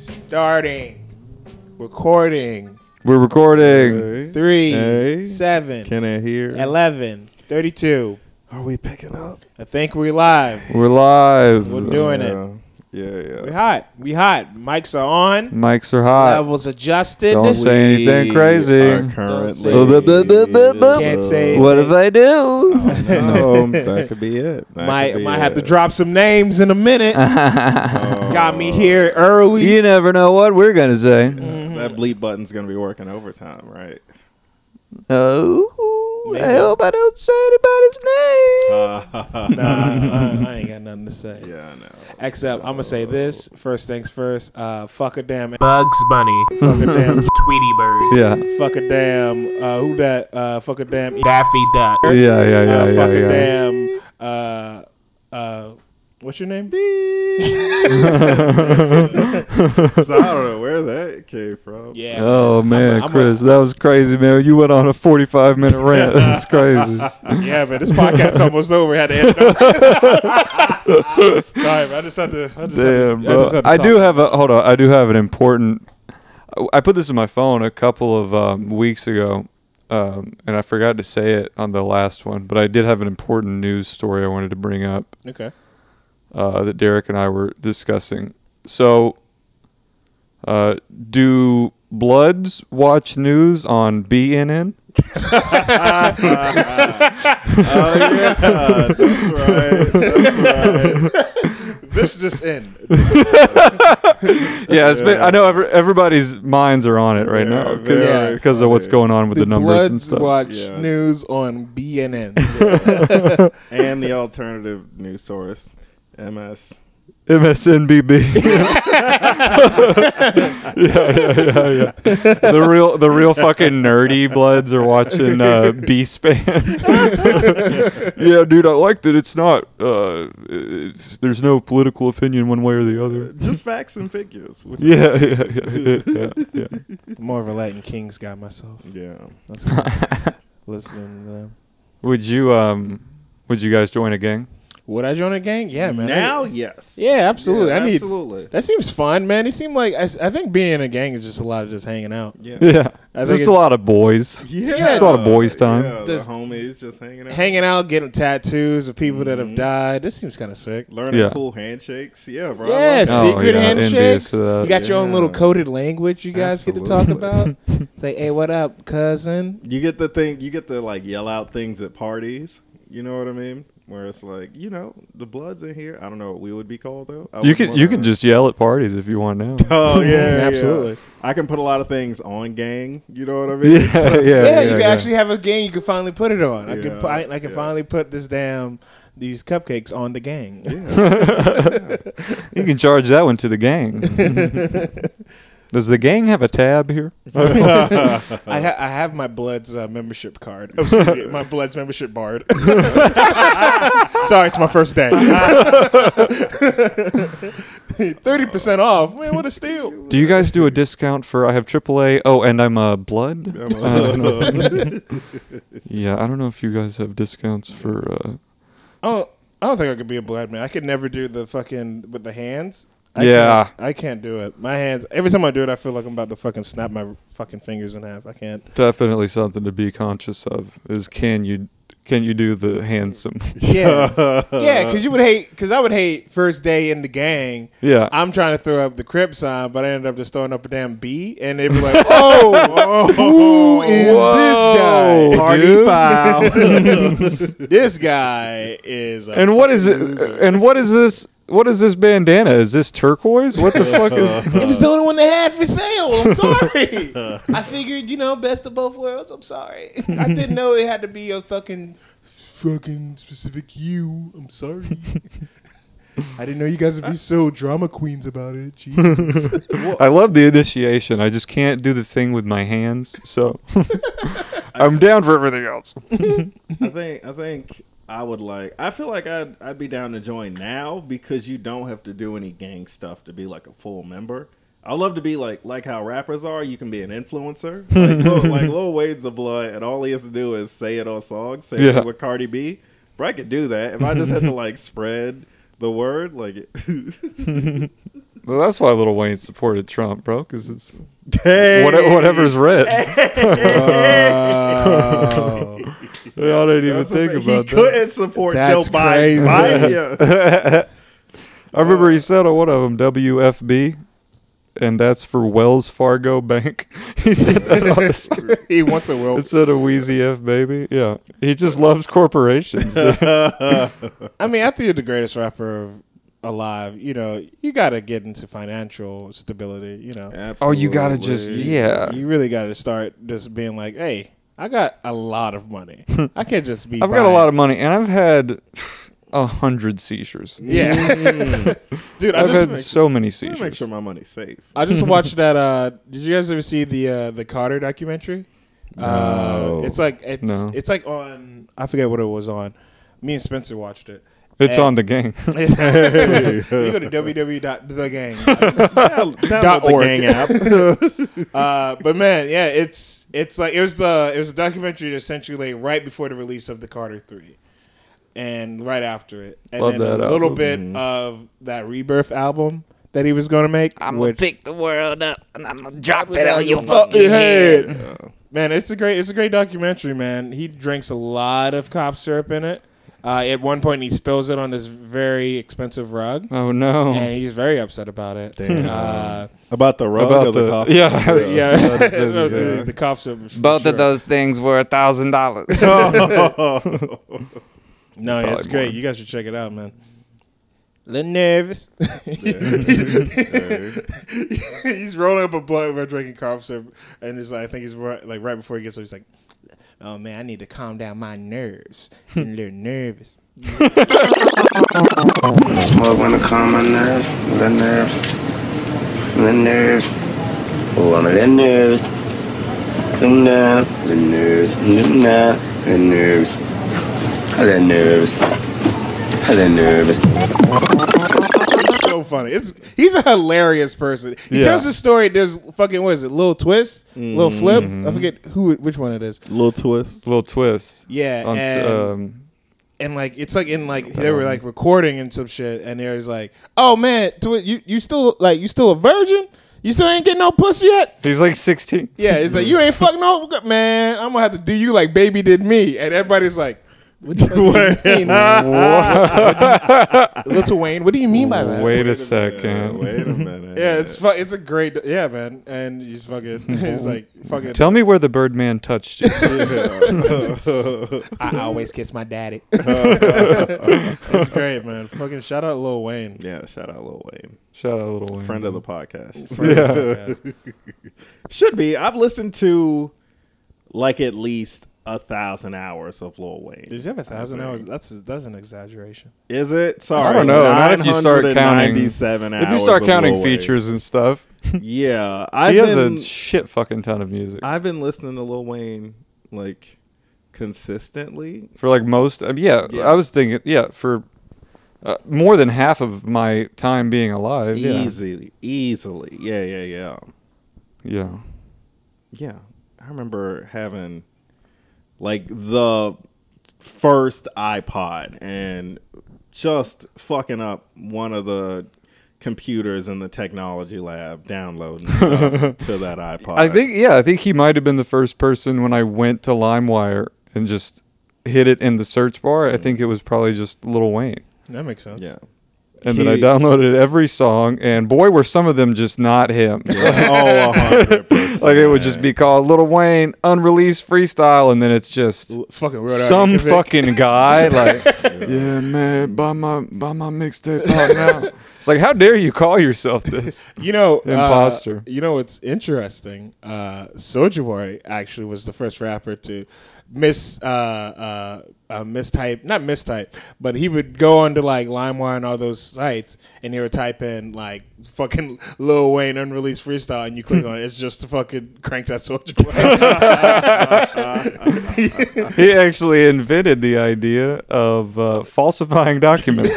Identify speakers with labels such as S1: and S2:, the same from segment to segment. S1: Starting. Recording.
S2: We're recording.
S3: Hey.
S1: Three,
S3: Hey.
S1: seven,
S3: Can I hear?
S1: 11, 32.
S3: Are we picking up?
S1: I think we're live.
S2: We're live.
S1: We're doing it.
S3: yeah. Yeah,
S1: We
S3: yeah.
S1: hot. We hot. Mics are on.
S2: Mics are hot.
S1: Levels adjusted.
S2: Don't say- anything
S3: We
S2: crazy.
S3: are
S1: say-
S3: Currently.
S1: Buh, buh,
S2: buh, buh, buh, buh.
S1: Can't say-
S2: What if I do?
S3: No, um, that could be it. That
S1: might
S3: could be
S1: might have to
S3: it. Oh.
S1: drop some names in a minute. Got me here early.
S2: you never know what we're gonna say.
S3: Mm-hmm. That bleep button's gonna be working overtime, right?
S2: Oh, I
S1: Maybe.
S2: hope I don't say anybody's name.
S3: Uh,
S1: Nah, I, I ain't got nothing to say.
S3: yeah, I know.
S1: Except I'm gonna say this first things first. Uh, fuck a damn,
S4: Bugs Bunny,
S1: fuck a damn,
S4: Tweety Bird,
S2: yeah,
S1: fuck a damn. Uh, who that? Uh, fuck a damn.
S4: Daffy Duck,
S2: yeah, yeah, yeah,
S1: uh,
S2: yeah.
S1: fucking
S2: yeah.
S1: damn. Uh, uh, what's your name?
S3: So I don't know where that came from.
S1: Yeah.
S2: Oh man,
S1: I'm a-
S2: Chris, that was crazy, man. You went on a forty-five minute rant. That's crazy.
S1: uh, Yeah, man. This podcast's almost over. Had to end it. Sorry, man. I just had to. I just had to,
S2: Damn, bro.
S1: just had to
S2: I
S1: talk.
S2: do have a hold on. I do have an important. I put this in my phone a couple of um, weeks ago, um, and I forgot to say it on the last one. But I did have an important news story I wanted to bring up
S1: Okay.
S2: uh, that Derek and I were discussing. So, uh, do Bloods watch news on BNN?
S3: Oh yeah, that's right. That's right.
S1: This just in.
S2: yeah, it's been, I know every, everybody's minds are on it right
S3: Yeah,
S2: now
S3: very
S2: because of what's
S3: funny.
S2: going on with the, numbers and
S1: Bloods
S2: stuff.
S1: watch
S3: Yeah.
S1: news on BNN.
S3: And the alternative news source, MS.
S2: MSNBB. yeah, yeah, yeah, yeah. The real, the real fucking nerdy bloods are watching uh, B span. yeah, dude, I like that. It's not. Uh, uh, there's no political opinion one way or the other.
S3: Just facts and figures. which-
S2: Yeah, yeah, yeah, yeah, yeah. yeah.
S1: More of a Latin Kings guy myself.
S3: Yeah.
S1: That's cool. Listening to them.
S2: Would you um? Would you guys join a gang?
S1: Would I join a gang? Yeah, man. I-
S3: Now, yes.
S1: yeah, absolutely.
S3: Yeah,
S1: I need.
S3: absolutely.
S1: That seems fun, man. It seemed like I, s- I think being in a gang is just a lot of just hanging out.
S3: Yeah.
S2: Yeah,
S1: I think
S2: just
S1: it's-
S2: a lot of boys.
S3: Yeah.
S2: Just a lot of boys' time.
S3: Yeah,
S1: Just-
S3: the homies just hanging out.
S1: hanging out, getting tattoos of people that have
S3: Mhm.
S1: died. This seems kind of sick.
S3: Learning
S2: Yeah.
S3: cool handshakes. Yeah, bro. I
S1: yeah,
S3: like that.
S2: Oh,
S1: secret
S2: yeah, envious
S1: handshakes.
S2: of that.
S1: You got your own little
S3: Yeah.
S1: coded language you guys get to talk about.
S3: Absolutely.
S1: It's like, hey, what up, cousin?
S3: You get the thing, you get to like yell out things at parties. You know what I mean? Where it's like, you know, the blood's in here. I don't know what we would be called though. I
S2: You
S3: was
S2: can you can
S3: wondering.
S2: just yell at parties if you want now.
S3: Oh yeah, yeah.
S1: Absolutely.
S3: I can put a lot of things on gang. You know what I mean?
S2: Yeah,
S3: So-
S2: yeah.
S1: Yeah, you can actually have a game. You can finally put it on. I can.
S3: Yeah,
S1: pu- I, I can
S3: yeah.
S1: finally put this damn these cupcakes on the gang.
S2: You can charge that one to the gang. Does the gang have a tab here?
S1: I, ha- I have my Bloods uh, membership card. Oh, excuse me, my Bloods membership card. Sorry, it's my first day. Thirty percent off. Man, what a steal!
S2: Do you guys do a discount for I have AAA? Oh, and I'm a blood.
S3: I'm a-
S2: Uh, no. yeah, I don't know if you guys have discounts for. Uh,
S1: Oh, I don't think I could be a blood man. I could never do the fucking with the hands. I
S2: Yeah.
S1: can't, I can't do it. My hands. Every time I do it, I feel like I'm about to fucking snap my fucking fingers in half. I can't.
S2: definitely something to be conscious of is can you can you do the handsome?
S1: Yeah, yeah. Because you would hate. Because I would hate first day in the gang.
S2: yeah,
S1: I'm trying to throw up the crib sign, but I ended up just throwing up a damn B, and they'd be like, "Oh, who is
S2: Whoa,
S1: this guy?
S3: Party
S2: dude.
S3: foul.
S1: This guy is." A
S2: And what is it? And what is this? What is this bandana? Is this turquoise? What the fuck is?
S1: it was the only one they had for sale. I'm sorry. I figured, you know, best of both worlds. I'm sorry. I didn't know it had to be a fucking, fucking specific you. I'm sorry. Uh, I didn't know you guys would be so drama queens about it. Jeez.
S2: I love the initiation. I just can't do the thing with my hands, so I'm down for everything else.
S3: I think I think I would like. I feel like I'd I'd be down to join now because you don't have to do any gang stuff to be like a full member. I love to be like like how rappers are. You can be an influencer, like Lil, like Lil Wayne's a blood, and all he has to do is say it on songs. Say
S2: Yeah.
S3: it with Cardi B, but I could do that if I just had to like spread the word. Like,
S2: Well, that's why Little Wayne supported Trump, bro, because it's
S3: Hey.
S2: what, whatever's red.
S1: Wow.
S2: I didn't even
S3: That's
S2: think
S3: a-
S2: about
S3: he
S2: that.
S3: couldn't support
S1: That's
S3: Joe Biden.
S1: crazy.
S3: Biden, yeah.
S2: I remember he said on one of them WFB, and that's for Wells Fargo Bank. he said that on the screen.
S1: he wants a world.
S2: Instead of Wheezy F baby, yeah, he just loves corporations. dude.
S1: I mean, after you're the greatest rapper of- alive, you know, you got to get into financial stability, you know.
S2: oh, you gotta just
S3: Absolutely.
S2: yeah.
S1: You really got to start just being like, hey, I got a lot of money. I can't just be.
S2: I've got a lot of money, and I've had a hundred seizures.
S1: Yeah. Dude, I
S2: I've
S1: just.
S2: had so many
S3: I
S2: seizures.
S3: make sure my money's safe.
S1: I just watched that. Uh, did you guys ever see the uh, the Carter documentary? Uh,
S3: No.
S1: it's like it's
S2: No.
S1: it's like on I forget what it was on. Me and Spencer watched it.
S2: it's
S1: And-
S2: on the gang.
S1: you go to www.thegang.
S3: Down-
S1: Dot
S3: Download the
S1: org.
S3: gang app.
S1: Uh, but man, yeah, it's it's like it was the it was a documentary essentially like right before the release of the Carter Three, and right after it, and
S2: Love
S1: then
S2: that
S1: a little
S2: album.
S1: bit of that Rebirth album that he was going to make.
S5: I'm
S1: which-
S5: gonna pick the world up and I'm gonna drop
S1: it
S5: it
S1: on
S5: on
S1: your
S5: your
S1: fucking
S5: fucking
S1: head.
S5: head.
S1: Man, it's a great it's a great documentary, man. He drinks a lot of cop syrup in it. Uh, at one point, he spills it on this very expensive rug,
S2: Oh no!
S1: and he's very upset about it.
S3: Damn.
S1: Uh,
S3: About the rug
S2: About
S3: or the,
S2: the-
S3: coffee?
S2: yeah. Yeah.
S1: yeah,
S2: That's- that's-
S1: No, the,
S2: yeah.
S1: the cough syrup. is for
S5: Both
S1: sure. Oh.
S5: of those things were a thousand dollars.
S1: No, yeah, it's
S2: Probably
S1: great.
S2: more.
S1: You guys should check it out, man. Little nervous. he's rolling up a blunt while drinking cough syrup, and it's like I think he's right, like right before he gets up, he's like, "Oh man, I need to calm down my nerves. Getting a little nervous."
S6: Smoke wanna calm my nerves, the nerves, the nerves. Oh, I'm a little nervous. I'm not, the nerves, I'm not, the nerves. I'm a little nervous. I'm a little nervous.
S1: It's so funny. It's he's a hilarious person. He
S2: Yeah. Mm-hmm.
S1: tells his story. There's fucking what is it? Little twist, little flip. I forget who which one it is.
S3: Little twist.
S2: Little twist.
S1: Yeah,
S2: On, s-
S1: and-
S2: um,
S1: and like it's like in like they were like recording and some shit, and they was like, "Oh man, to it, you you still like you still a virgin? You still ain't getting no pussy yet?"
S2: he's like 16.
S1: Yeah, it's like you ain't fucking no man. I'm gonna have to do you like baby did me, and everybody's like. What the fuck do you mean, man? Little Wayne, what do you mean by that?
S2: Wait a
S3: Yeah,
S2: second.
S3: wait a minute.
S1: Yeah, it's fu- it's a great yeah, man. And he's fucking he's like fucking
S2: Tell me where the Birdman touched you.
S1: I always kiss my daddy. it's great, man. Fucking shout out Lil Wayne.
S3: yeah, shout out Lil Wayne.
S2: Shout out, little Wayne.
S3: Friend of the podcast.
S2: Yeah.
S3: Should be. I've listened to like at least a thousand hours of Lil Wayne.
S1: Does he have a thousand hours? That's that's an exaggeration.
S3: Is it? Sorry.
S2: I don't know. Not if you start counting.
S3: 997
S2: If you
S3: hours
S2: start
S3: of
S2: counting
S3: Lil Wayne.
S2: features and stuff,
S3: Yeah. I've
S2: he has
S3: been,
S2: a shit fucking ton of music
S3: I've been listening to Lil Wayne like consistently.
S2: for like most. um, yeah,
S3: Yeah.
S2: I was thinking. Yeah, for uh, more than half of my time being alive. Yeah,
S3: Easily. Easily. Yeah, yeah, yeah.
S2: yeah.
S3: Yeah. I remember having like the first iPod and just fucking up one of the computers in the technology lab downloading stuff to that iPod.
S2: I think. Yeah, I think he might have been the first person when I went to LimeWire and just hit it in the search bar. I think it was probably just Little Wayne.
S1: That makes sense.
S3: Yeah.
S2: And then I
S3: He-
S2: downloaded every song, and boy, were some of them just not him.
S3: oh, 100%.
S2: like it would just be called Little Wayne unreleased freestyle, and then it's just
S1: Fucking real
S2: some fucking guy. Like, yeah, man, buy my buy my mixtape out now. It's like, how dare you call yourself this?
S1: you know uh,
S2: imposter.
S1: you know what's interesting? Uh, Soulja Boy actually was the first rapper to miss uh, uh, uh, mistype, not mistype, but he would go onto like LimeWire and all those sites, and he would type in like fucking Lil Wayne unreleased freestyle, and you click on it, it's just to fucking crank that Soulja Boy.
S2: He actually invented the idea of uh, falsifying documents.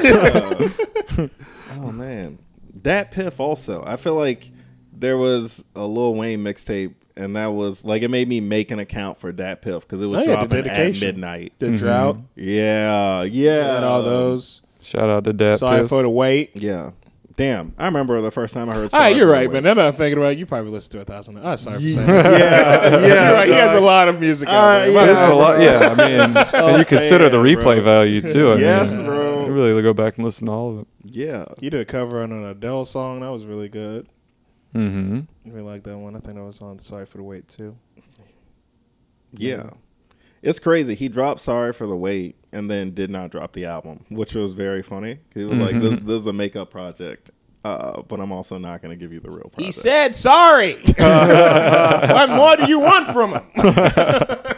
S3: Oh man, that piff also. I feel like there was a Lil Wayne mixtape, and that was like it made me make an account for that piff because it was
S1: Oh, yeah, the
S3: dropping at
S1: dedication.
S3: midnight. Mm-hmm.
S1: the
S3: Uh,
S1: drought
S3: Yeah, yeah,
S1: and all those.
S2: Shout out to Dad.
S1: Sorry
S2: Piff.
S1: for the wait.
S3: Yeah, Damn, I remember the first time I heard.
S1: All right, you're right, man.
S3: man.
S1: Now that I'm thinking about it, you probably listen to a thousand. I'm sorry for saying that.
S3: Yeah, yeah.
S1: You're right, he has a
S3: dog.
S1: lot of music out
S3: Uh,
S1: there.
S3: yeah.
S2: it's a lot.
S3: bro.
S2: Yeah, I mean, and you consider the
S3: fan,
S2: replay
S3: Oh, bro.
S2: value too. I
S3: Yes,
S2: mean,
S3: bro.
S2: You really go back and listen to all of it.
S3: Yeah,
S1: You did a cover on an Adele song. That was really good.
S2: Mm-hmm.
S1: I really like that one. I think that was on Sorry for the Wait, too.
S3: yeah. It's crazy. He dropped "Sorry for the Wait" and then did not drop the album, which was very funny. He was
S1: Mm-hmm.
S3: like, "This, this is a makeup project." Uh, but I'm also not going to give you the real project.
S7: He said sorry. what more do you want from him?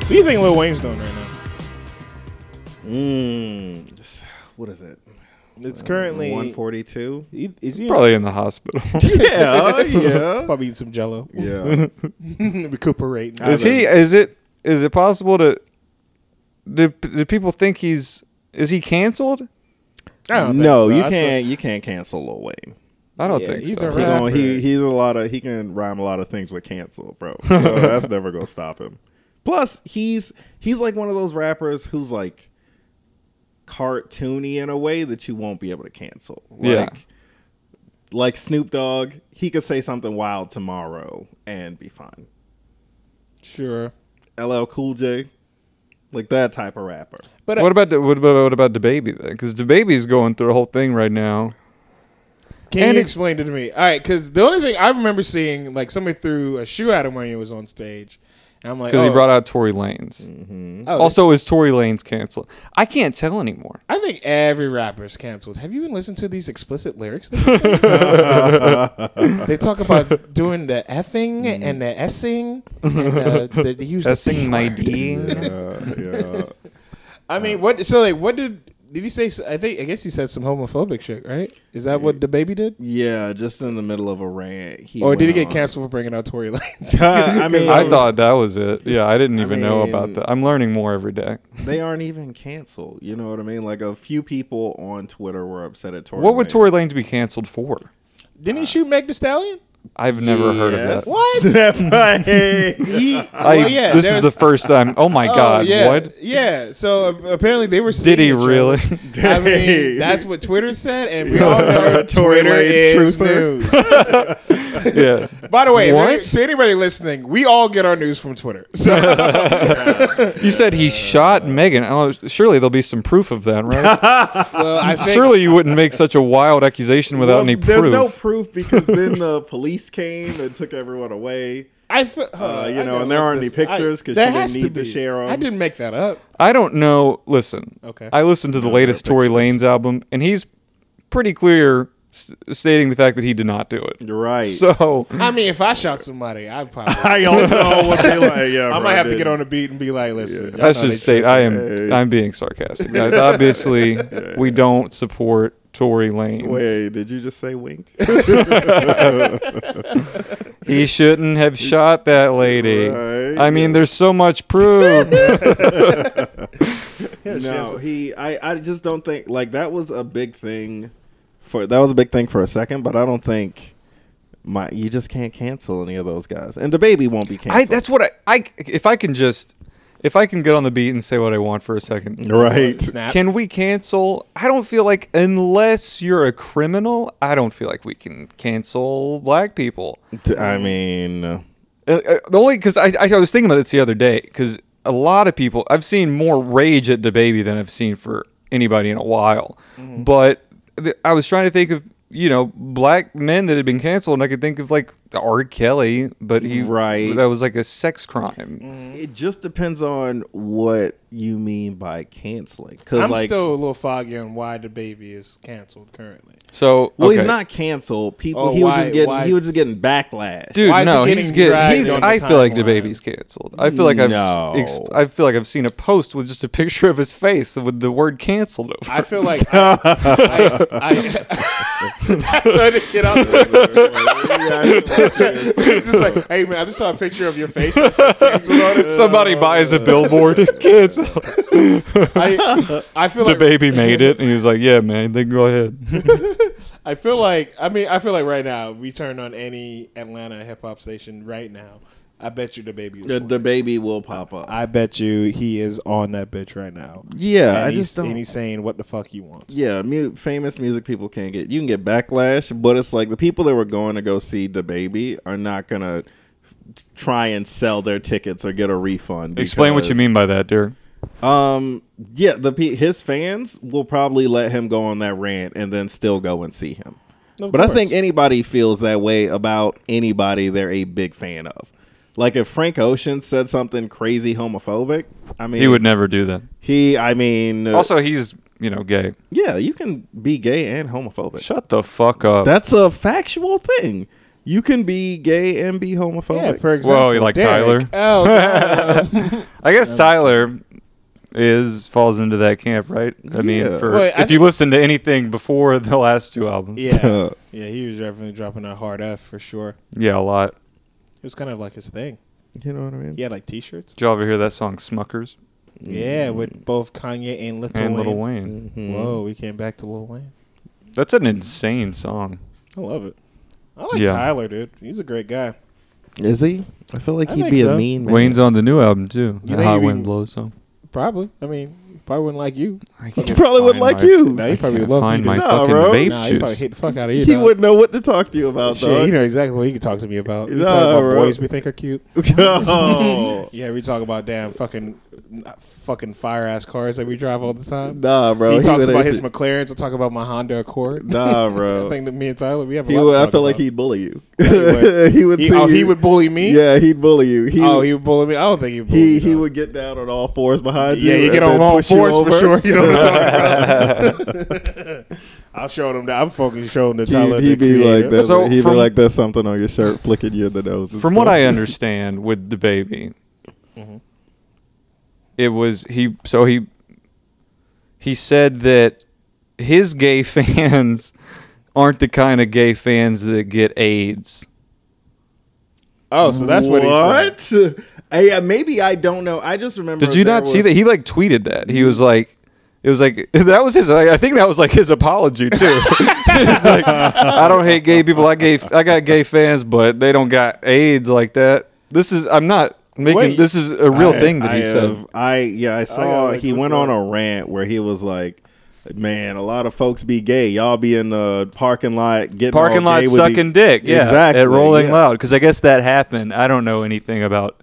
S1: What do you think Lil Wayne's doing right now?
S3: Mm, what is it?
S1: It's currently.
S3: 142.
S1: He- Is he
S2: Probably in the hospital.
S1: Oh,
S3: Yeah, yeah,
S1: probably eating some jello,
S3: yeah.
S1: recuperating.
S3: I
S2: is he? Is it? Is it possible to? Do, do people think he's? Is he canceled?
S1: I don't think so.
S3: No, you
S1: I saw-
S3: can't. You can't cancel Lil Wayne.
S2: I don't
S1: Yeah,
S2: think
S1: he's
S2: so.
S1: a
S3: He,
S1: Rapper.
S3: don't- he he's a lot of he can rhyme a lot of things with cancel, bro. So that's never gonna stop him. Plus, he's he's like one of those rappers who's like cartoony in a way that you won't be able to cancel. Like,
S2: Yeah.
S3: Like Snoop Dogg, he could say something wild tomorrow and be fine.
S1: Sure.
S3: LL Cool J, like that type of rapper.
S1: But
S2: What about the, what about what about the baby then? Because the baby's going through a whole thing right now.
S1: Can
S2: And
S1: you
S2: it-
S1: explain it to me? All right, because the only thing I remember seeing, like somebody threw a shoe at him when he was on stage, and I'm like,
S2: because
S1: oh,
S2: he brought out Tory Lanez.
S3: Mm-hmm.
S1: oh,
S2: Also, is Tory Lanez canceled? I can't tell anymore.
S1: I think every rapper's canceled. Have you even listened to these explicit lyrics? that they- they talk about doing the effing and the essing and uh, the, they use the
S2: Sing
S1: P
S2: my
S1: word.
S2: D.
S3: Yeah, yeah.
S1: I mean, what? So like, what did did he say? s- I think I guess he said some homophobic shit, right? Is that what the baby did?
S3: yeah, just in the middle of a rant. He
S1: Or Oh, did he
S3: went
S1: get
S3: on.
S1: canceled for bringing out Tory Lanez?
S3: I mean, um,
S2: I thought that was it. Yeah, I didn't even know about
S3: mean-
S2: that. I'm learning more every day.
S3: they aren't even canceled. You know what I mean? Like a few people on Twitter were upset at Tory.
S2: What would
S3: Lanez.
S2: Tory Lanez be canceled for?
S1: Didn't he shoot Meg The Stallion?
S2: I've never heard of
S3: Yes.
S2: that.
S3: What?
S1: He,
S2: I,
S1: well, yeah,
S2: this
S1: there's-
S2: is the first time. Oh my
S1: oh,
S2: God!
S1: yeah,
S2: What
S1: Yeah. So uh, apparently they were.
S2: did he
S1: seeing each
S2: really?
S1: other. I mean, that's what Twitter said, and we all know
S3: Tory
S1: Twitter
S3: Lanez
S1: is
S3: truther.
S1: news.
S2: yeah.
S1: By the way, if
S2: What?
S1: any- to anybody listening, we all get our news from Twitter. So
S2: You said he shot Megan. Oh, surely there'll be some proof of that, right?
S1: well, I think
S2: surely you wouldn't make such a wild accusation without
S3: Well,
S2: any
S3: there's
S2: proof.
S3: no proof because then the police came and took everyone away.
S1: I fe- hold
S3: Uh,
S1: on,
S3: you
S1: I
S3: know,
S1: gotta
S3: and there
S1: look
S3: aren't any
S1: this- I-
S3: pictures 'cause
S1: there
S3: she didn't
S1: has
S3: need to
S1: be.
S3: share 'em.
S1: I didn't make that up.
S2: I don't know. Listen,
S1: Okay.
S2: I listened to the latest Tory Lanez album, and he's pretty clear s- stating the fact that he did not do it.
S3: You're right.
S2: So
S1: I mean, if I shot somebody, I probably.
S3: I also would be like, yeah,
S1: I
S3: bro,
S1: might have to
S3: didn't.
S1: get on the beat and be like, listen. y'all
S2: that's
S1: know they
S2: just state. I am. I'm being sarcastic, guys. Obviously, we don't support Tory Lanez.
S3: Wait, did you just say wink?
S2: He shouldn't have shot that lady.
S3: Right,
S2: I mean, there's so much proof.
S3: no, he. I. I just don't think like that was a big thing for that was a big thing for a second, but I don't think my you just can't cancel any of those guys, and the baby won't be canceled.
S2: I, that's what I, I. If I can just, if I can get on the beat and say what I want for a second.
S3: right.
S1: Snap.
S2: Can we cancel? I don't feel like unless you're a criminal, I don't feel like we can cancel black people.
S3: I mean,
S2: Uh, uh, the only because I, I was thinking about this the other day because a lot of people I've seen more rage at the baby than I've seen for anybody in a while.
S3: Mm-hmm.
S2: But th- I was trying to think of you know black men that had been canceled, and I could think of like R. Kelly, but he
S3: Right. Mm-hmm.
S2: that was like a sex crime.
S1: Mm-hmm.
S3: it just depends on what you mean by canceling. Because
S1: I'm
S3: like,
S1: still a little foggy on why the baby is canceled currently.
S2: So
S3: well, he's
S2: okay.
S3: not canceled. People,
S1: Oh,
S3: he
S1: why-
S3: was just getting
S1: why-
S3: he was just getting backlash.
S2: Dude,
S1: Why is it
S2: no,
S1: getting
S2: he's getting.
S1: dragged
S2: He's,
S1: on the
S2: I feel like the
S1: timeline?
S2: baby's canceled. I feel like I've. s- Ex-
S3: No.
S2: I feel like I've seen a post with just a picture of his face with the word canceled over.
S1: I feel like I, I, I, that's how to get out.
S3: Yeah, I feel like
S1: It's just like, hey man, I just saw a picture of your face. that says canceled on it.
S2: Somebody buys a billboard. Kids, the
S1: I, I feel like
S2: baby made it, and he was like, "Yeah, man, they can go ahead."
S1: I feel like I mean I feel like right now if we turn on any Atlanta hip hop station right now, I bet you the baby is.
S3: The, the baby will pop up.
S1: I bet you he is on that bitch right now.
S3: yeah,
S1: and
S3: I
S1: he's-
S3: just don't.
S1: And he's saying what the fuck he wants.
S3: yeah, mu- famous music people can't get. You can get backlash, but it's like the people that were going to go see the baby are not gonna t- try and sell their tickets or get a refund.
S2: Explain what you
S3: because-
S2: mean by that, Derek.
S3: Um, yeah, the pe- his fans will probably let him go on that rant and then still go and see him. but I
S1: course.
S3: think anybody feels that way about anybody they're a big fan of. Like if Frank Ocean said something crazy homophobic, I mean,
S2: He would never do that.
S3: He, I mean, uh,
S2: Also, he's you know gay.
S3: yeah, you can be gay and homophobic.
S2: Shut the fuck up.
S3: That's a factual thing. You can be gay and be homophobic.
S1: for
S2: Whoa, you like Tyler?
S1: Oh, God.
S2: I guess Tyler is falls into that camp, right? I mean,
S3: Yeah.
S2: for
S1: Wait, I
S2: if you
S1: think-
S2: listen to anything before the last two albums,
S1: yeah, yeah. He was definitely dropping a hard F for sure.
S2: yeah, a lot.
S1: It was kind of like his thing.
S3: you know what I mean?
S1: He had like T-shirts.
S2: Did y'all ever hear that song Smuckers
S1: Yeah, Hmm. with both Kanye and Lil
S2: and
S1: Wayne. Mm-hmm.
S2: Little Wayne?
S1: Whoa, we came back to Lil Wayne.
S2: That's an insane song.
S1: I love it. I like
S2: Yeah.
S1: Tyler, dude. He's a great guy.
S3: Is he? I feel like
S1: I
S3: he'd
S1: think
S3: be
S1: so.
S3: a mean man.
S2: Wayne's on the new album too.
S1: You
S2: the
S1: think
S2: Hot
S1: he
S2: Wind
S1: be-
S2: Blows song.
S1: Probably. I mean, probably wouldn't like you.
S3: He probably would
S2: Fine,
S3: like
S2: my-
S3: you.
S1: No, he probably
S2: can't
S1: would love
S2: find
S1: me.
S2: my
S1: dude.
S3: Nah,
S2: fucking
S3: bro.
S2: vape
S1: Nah,
S2: juice.
S1: he probably hit the fuck out of you.
S3: he
S1: dog.
S3: wouldn't know what to talk to you about.
S1: Shit,
S3: dog.
S1: you know exactly what he could talk to me about. We talk
S3: Nah,
S1: about
S3: bro.
S1: boys we think are cute.
S3: Oh.
S1: Yeah, we talk about damn fucking fucking fire ass cars that we drive all the time.
S3: nah, bro.
S1: he, talks
S3: would
S1: about
S3: hate
S1: his
S3: you.
S1: McLarens. I talk about my Honda Accord.
S3: Nah,
S1: I
S3: bro.
S1: think that me and Tyler we have. A
S3: he
S1: lot
S3: would,
S1: to
S3: I
S1: talk
S3: feel like
S1: about.
S3: he'd bully you.
S1: would.
S3: he would.
S1: He-
S3: see
S1: oh,
S3: you.
S1: he would bully me.
S3: Yeah, he'd bully you. He,
S1: Oh, he would bully me. I don't think he would. Bully
S3: he
S1: me,
S3: he
S1: though.
S3: would get down on all fours behind you.
S1: Yeah, you
S3: and
S1: get on
S3: then
S1: all
S3: push you
S1: fours for
S3: over.
S1: sure. You know what I'm talking about. I'm showing him that. I'm fucking showing the Tyler.
S3: He'd, he'd
S1: the
S3: be like
S1: creator.
S3: that.
S2: So
S3: he'd
S2: from-
S3: be like, "There's something on your shirt, flicking you in the nose." and
S2: From what
S3: stuff.
S2: I understand with the baby,
S3: Mm-hmm.
S2: it was he. So he he said that his gay fans aren't the kind of gay fans that get AIDS.
S1: Oh, so that's what, he said.
S3: what? Hey, uh, maybe I don't know. I just remember.
S2: Did you
S3: there
S2: not see
S3: was- Mm-hmm.
S2: that? He like tweeted that. He was like, it was like that was his. I think that was like his apology too. He's like, I don't hate gay people. I gay. I got gay fans, but they don't got AIDS like that. This is. I'm not making.
S3: Wait.
S2: this is a real
S3: I-
S2: thing that
S3: I uh,
S2: he said.
S3: have- I yeah, I saw
S1: look
S3: he
S1: this
S3: went
S1: up.
S3: on a rant where he was like, "Man, a lot of folks be gay. Y'all be in the parking lot getting
S2: parking
S3: all
S2: lot
S3: gay with
S2: sucking
S3: the-
S2: dick. Yeah,
S3: exactly
S2: At Rolling
S3: yeah.
S2: Loud, because I guess that happened. I don't know anything about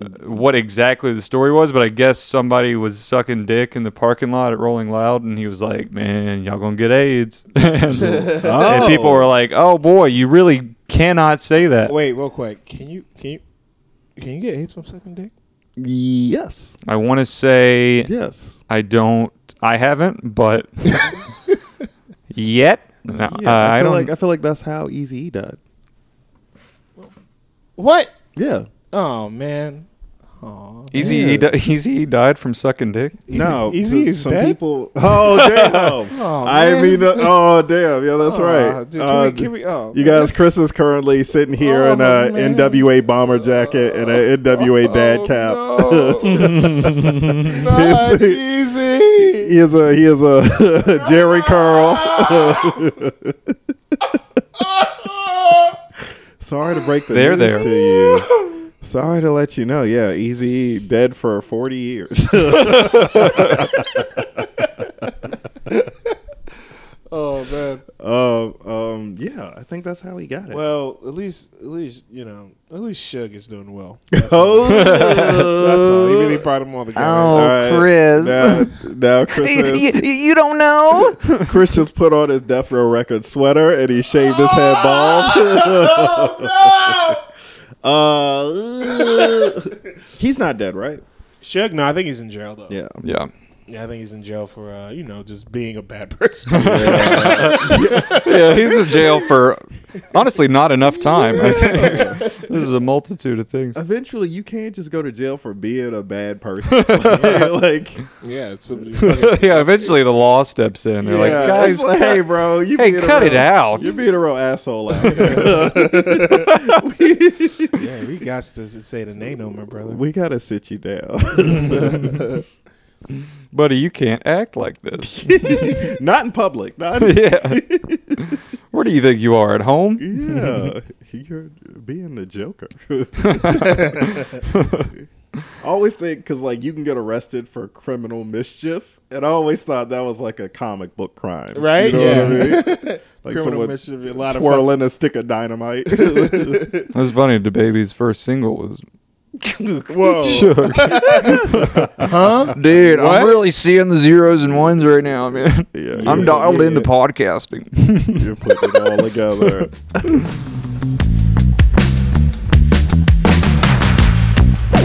S2: uh, what exactly the story was, but I guess somebody was sucking dick in the parking lot at Rolling Loud, and he was like, "Man, y'all gonna get AIDS," and, and people were like, "Oh boy, you really cannot say that."
S1: Wait, real quick. Can you can you can you get AIDS from sucking dick?
S3: Yes,
S2: I want to say
S3: yes.
S2: I don't. I haven't, but yet. No,
S3: Yeah,
S2: uh, I,
S3: I, feel
S2: don't.
S3: like I feel like that's how Easy E died.
S1: What?
S3: Yeah.
S1: Oh man. Oh.
S2: Easy,
S3: Yeah.
S2: he, di- Easy, he died from sucking dick.
S3: no,
S1: Eazy-E
S3: so-
S1: is
S3: some
S1: dead?
S3: people. Oh damn!
S1: Oh,
S3: I
S1: man.
S3: mean, uh, oh damn! Yeah, that's right.
S1: dude, can
S3: Uh,
S1: we- can we- oh,
S3: you
S1: man.
S3: guys, Chris is currently sitting here in
S1: Oh,
S3: a
S1: man. Oh,
S3: NWA bomber jacket and an NWA dad cap.
S1: Not
S3: His-
S1: easy.
S3: He is a he is a Jerry Curl. Sorry to break the
S2: There,
S3: news
S2: there.
S3: to you. Sorry to let you know. Yeah, Easy dead for forty years.
S1: Oh man.
S3: um, um, yeah, I think that's how he got it.
S1: Well, at least at least you know at least Shug is doing well.
S3: oh,
S1: That's all. He really brought him all together.
S5: Oh, Chris.
S3: Now, now Chris,
S5: you,
S3: is,
S5: you- you don't know?
S3: Chris just put on his Death Row record sweater and he shaved his head bald.
S5: Oh,
S3: uh, he's not dead, right?
S1: Shug, no, I think he's in jail though.
S3: Yeah.
S2: Yeah.
S1: Yeah, I think he's in jail for uh, you know just being a bad person.
S2: yeah, he's in jail for Honestly, not enough time. I think this is a multitude of things.
S3: Eventually, you can't just go to jail for being a bad person. like,
S1: Yeah, it's somebody.
S2: yeah, eventually the law steps in. They're
S3: yeah,
S2: like,
S3: it's
S2: guys,
S3: like, hey, bro, you
S2: hey,
S3: being a
S2: cut it
S3: real-
S2: out.
S3: You're being a real asshole. Out here.
S1: yeah, we got to say the name on my brother.
S3: we gotta sit you down.
S2: buddy, you can't act like this.
S3: Not in public. Not in-
S2: yeah. Where do you think you are at home?
S3: yeah, you're being the Joker. I always think because like you can get arrested for criminal mischief, and I always thought that was like a comic book crime,
S1: Right?
S3: You know
S1: Yeah.
S3: what I mean? Like
S1: Criminal
S3: someone
S1: mischief, a lot of fuck-
S3: twirling a stick of dynamite.
S2: It was funny. The baby's first single was
S1: Whoa.
S2: shook. huh? Dude, I'm really seeing the zeros and ones right now, man.
S3: Yeah,
S2: I'm
S3: yeah,
S2: dialed
S3: yeah.
S2: into podcasting.
S3: You're putting it all together.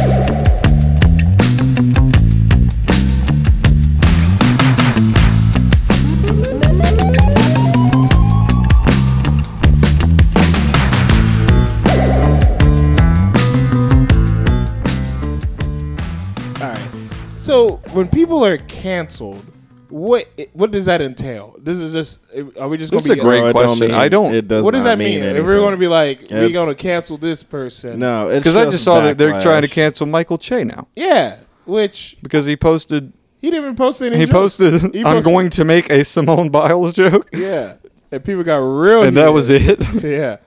S1: All right. So when people are canceled, what what does that entail? This is just are we just
S2: This
S1: gonna
S2: is
S1: be
S2: a great
S3: No, it
S2: question.
S3: mean-
S2: I don't-
S3: It does
S1: what does
S3: not
S1: that mean? If we're
S3: anything.
S1: gonna be like we're
S3: It's-
S1: gonna cancel this person,
S3: no,
S2: Because I just saw that they're trying to cancel Michael Che now
S1: yeah, which
S2: because he posted.
S1: he didn't even post any.
S2: He
S1: jokes.
S2: posted,
S1: He
S2: I'm
S1: posted-
S2: going to make a Simone Biles joke.
S1: yeah, and people got real,
S2: And that
S1: heated.
S2: was it.
S1: yeah.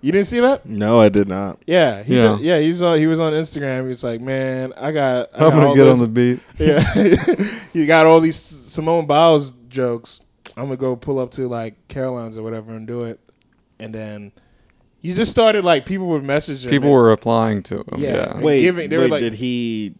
S1: You didn't see that?
S3: No, I did not.
S1: Yeah, he
S2: Yeah.
S1: yeah. yeah, he's on. He was on Instagram. He was like, "Man, I got. I
S2: I'm
S1: got all
S2: going to get
S1: this.
S2: on the beat.
S1: Yeah, you got all these Simone Biles jokes. I'm gonna go pull up to like Caroline's or whatever and do it. And then you just started like people were messaging.
S2: People
S1: it.
S2: were applying to him.
S1: Yeah.
S2: Yeah.
S1: Wait, giving- they were like-
S3: did he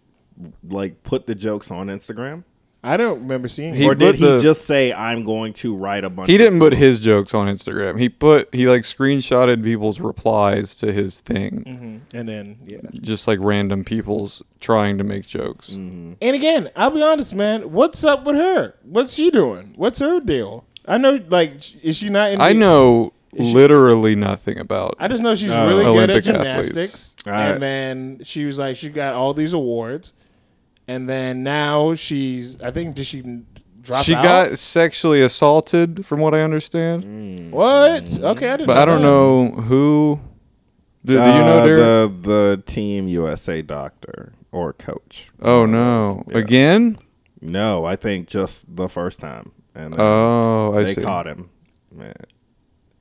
S3: like put the jokes on Instagram,
S1: I don't remember seeing.
S2: He
S1: it.
S3: or
S2: put
S3: did he
S2: the-
S3: just say, "I'm going to write a bunch"?
S2: He
S3: of
S2: didn't
S3: stuff?
S2: put his jokes on Instagram. He put he like screenshotted people's replies to his thing,
S1: And then yeah.
S2: just like random people's trying to make jokes.
S1: And again, I'll be honest, man. What's up with her? What's she doing? What's her deal? I know, like, sh- is she not in?
S2: I
S1: the-
S2: know literally nothing about.
S1: I just know she's
S3: No.
S1: really
S2: Olympic
S1: good at
S2: athletes.
S1: gymnastics.
S3: All right.
S1: And then she was like, she got all these awards. And then now she's, I think, did she drop
S2: She
S1: out?
S2: got sexually assaulted, from what I understand,
S1: Mm. what? Okay, I didn't.
S2: but I don't
S1: that.
S2: know who. Do, do you
S3: Uh,
S2: know Derek?
S3: the the Team USA doctor or coach?
S2: oh no!
S3: Yeah.
S2: Again?
S3: No, I think just the first time, and uh,
S2: Oh, I
S3: they
S2: see.
S3: caught him. Man.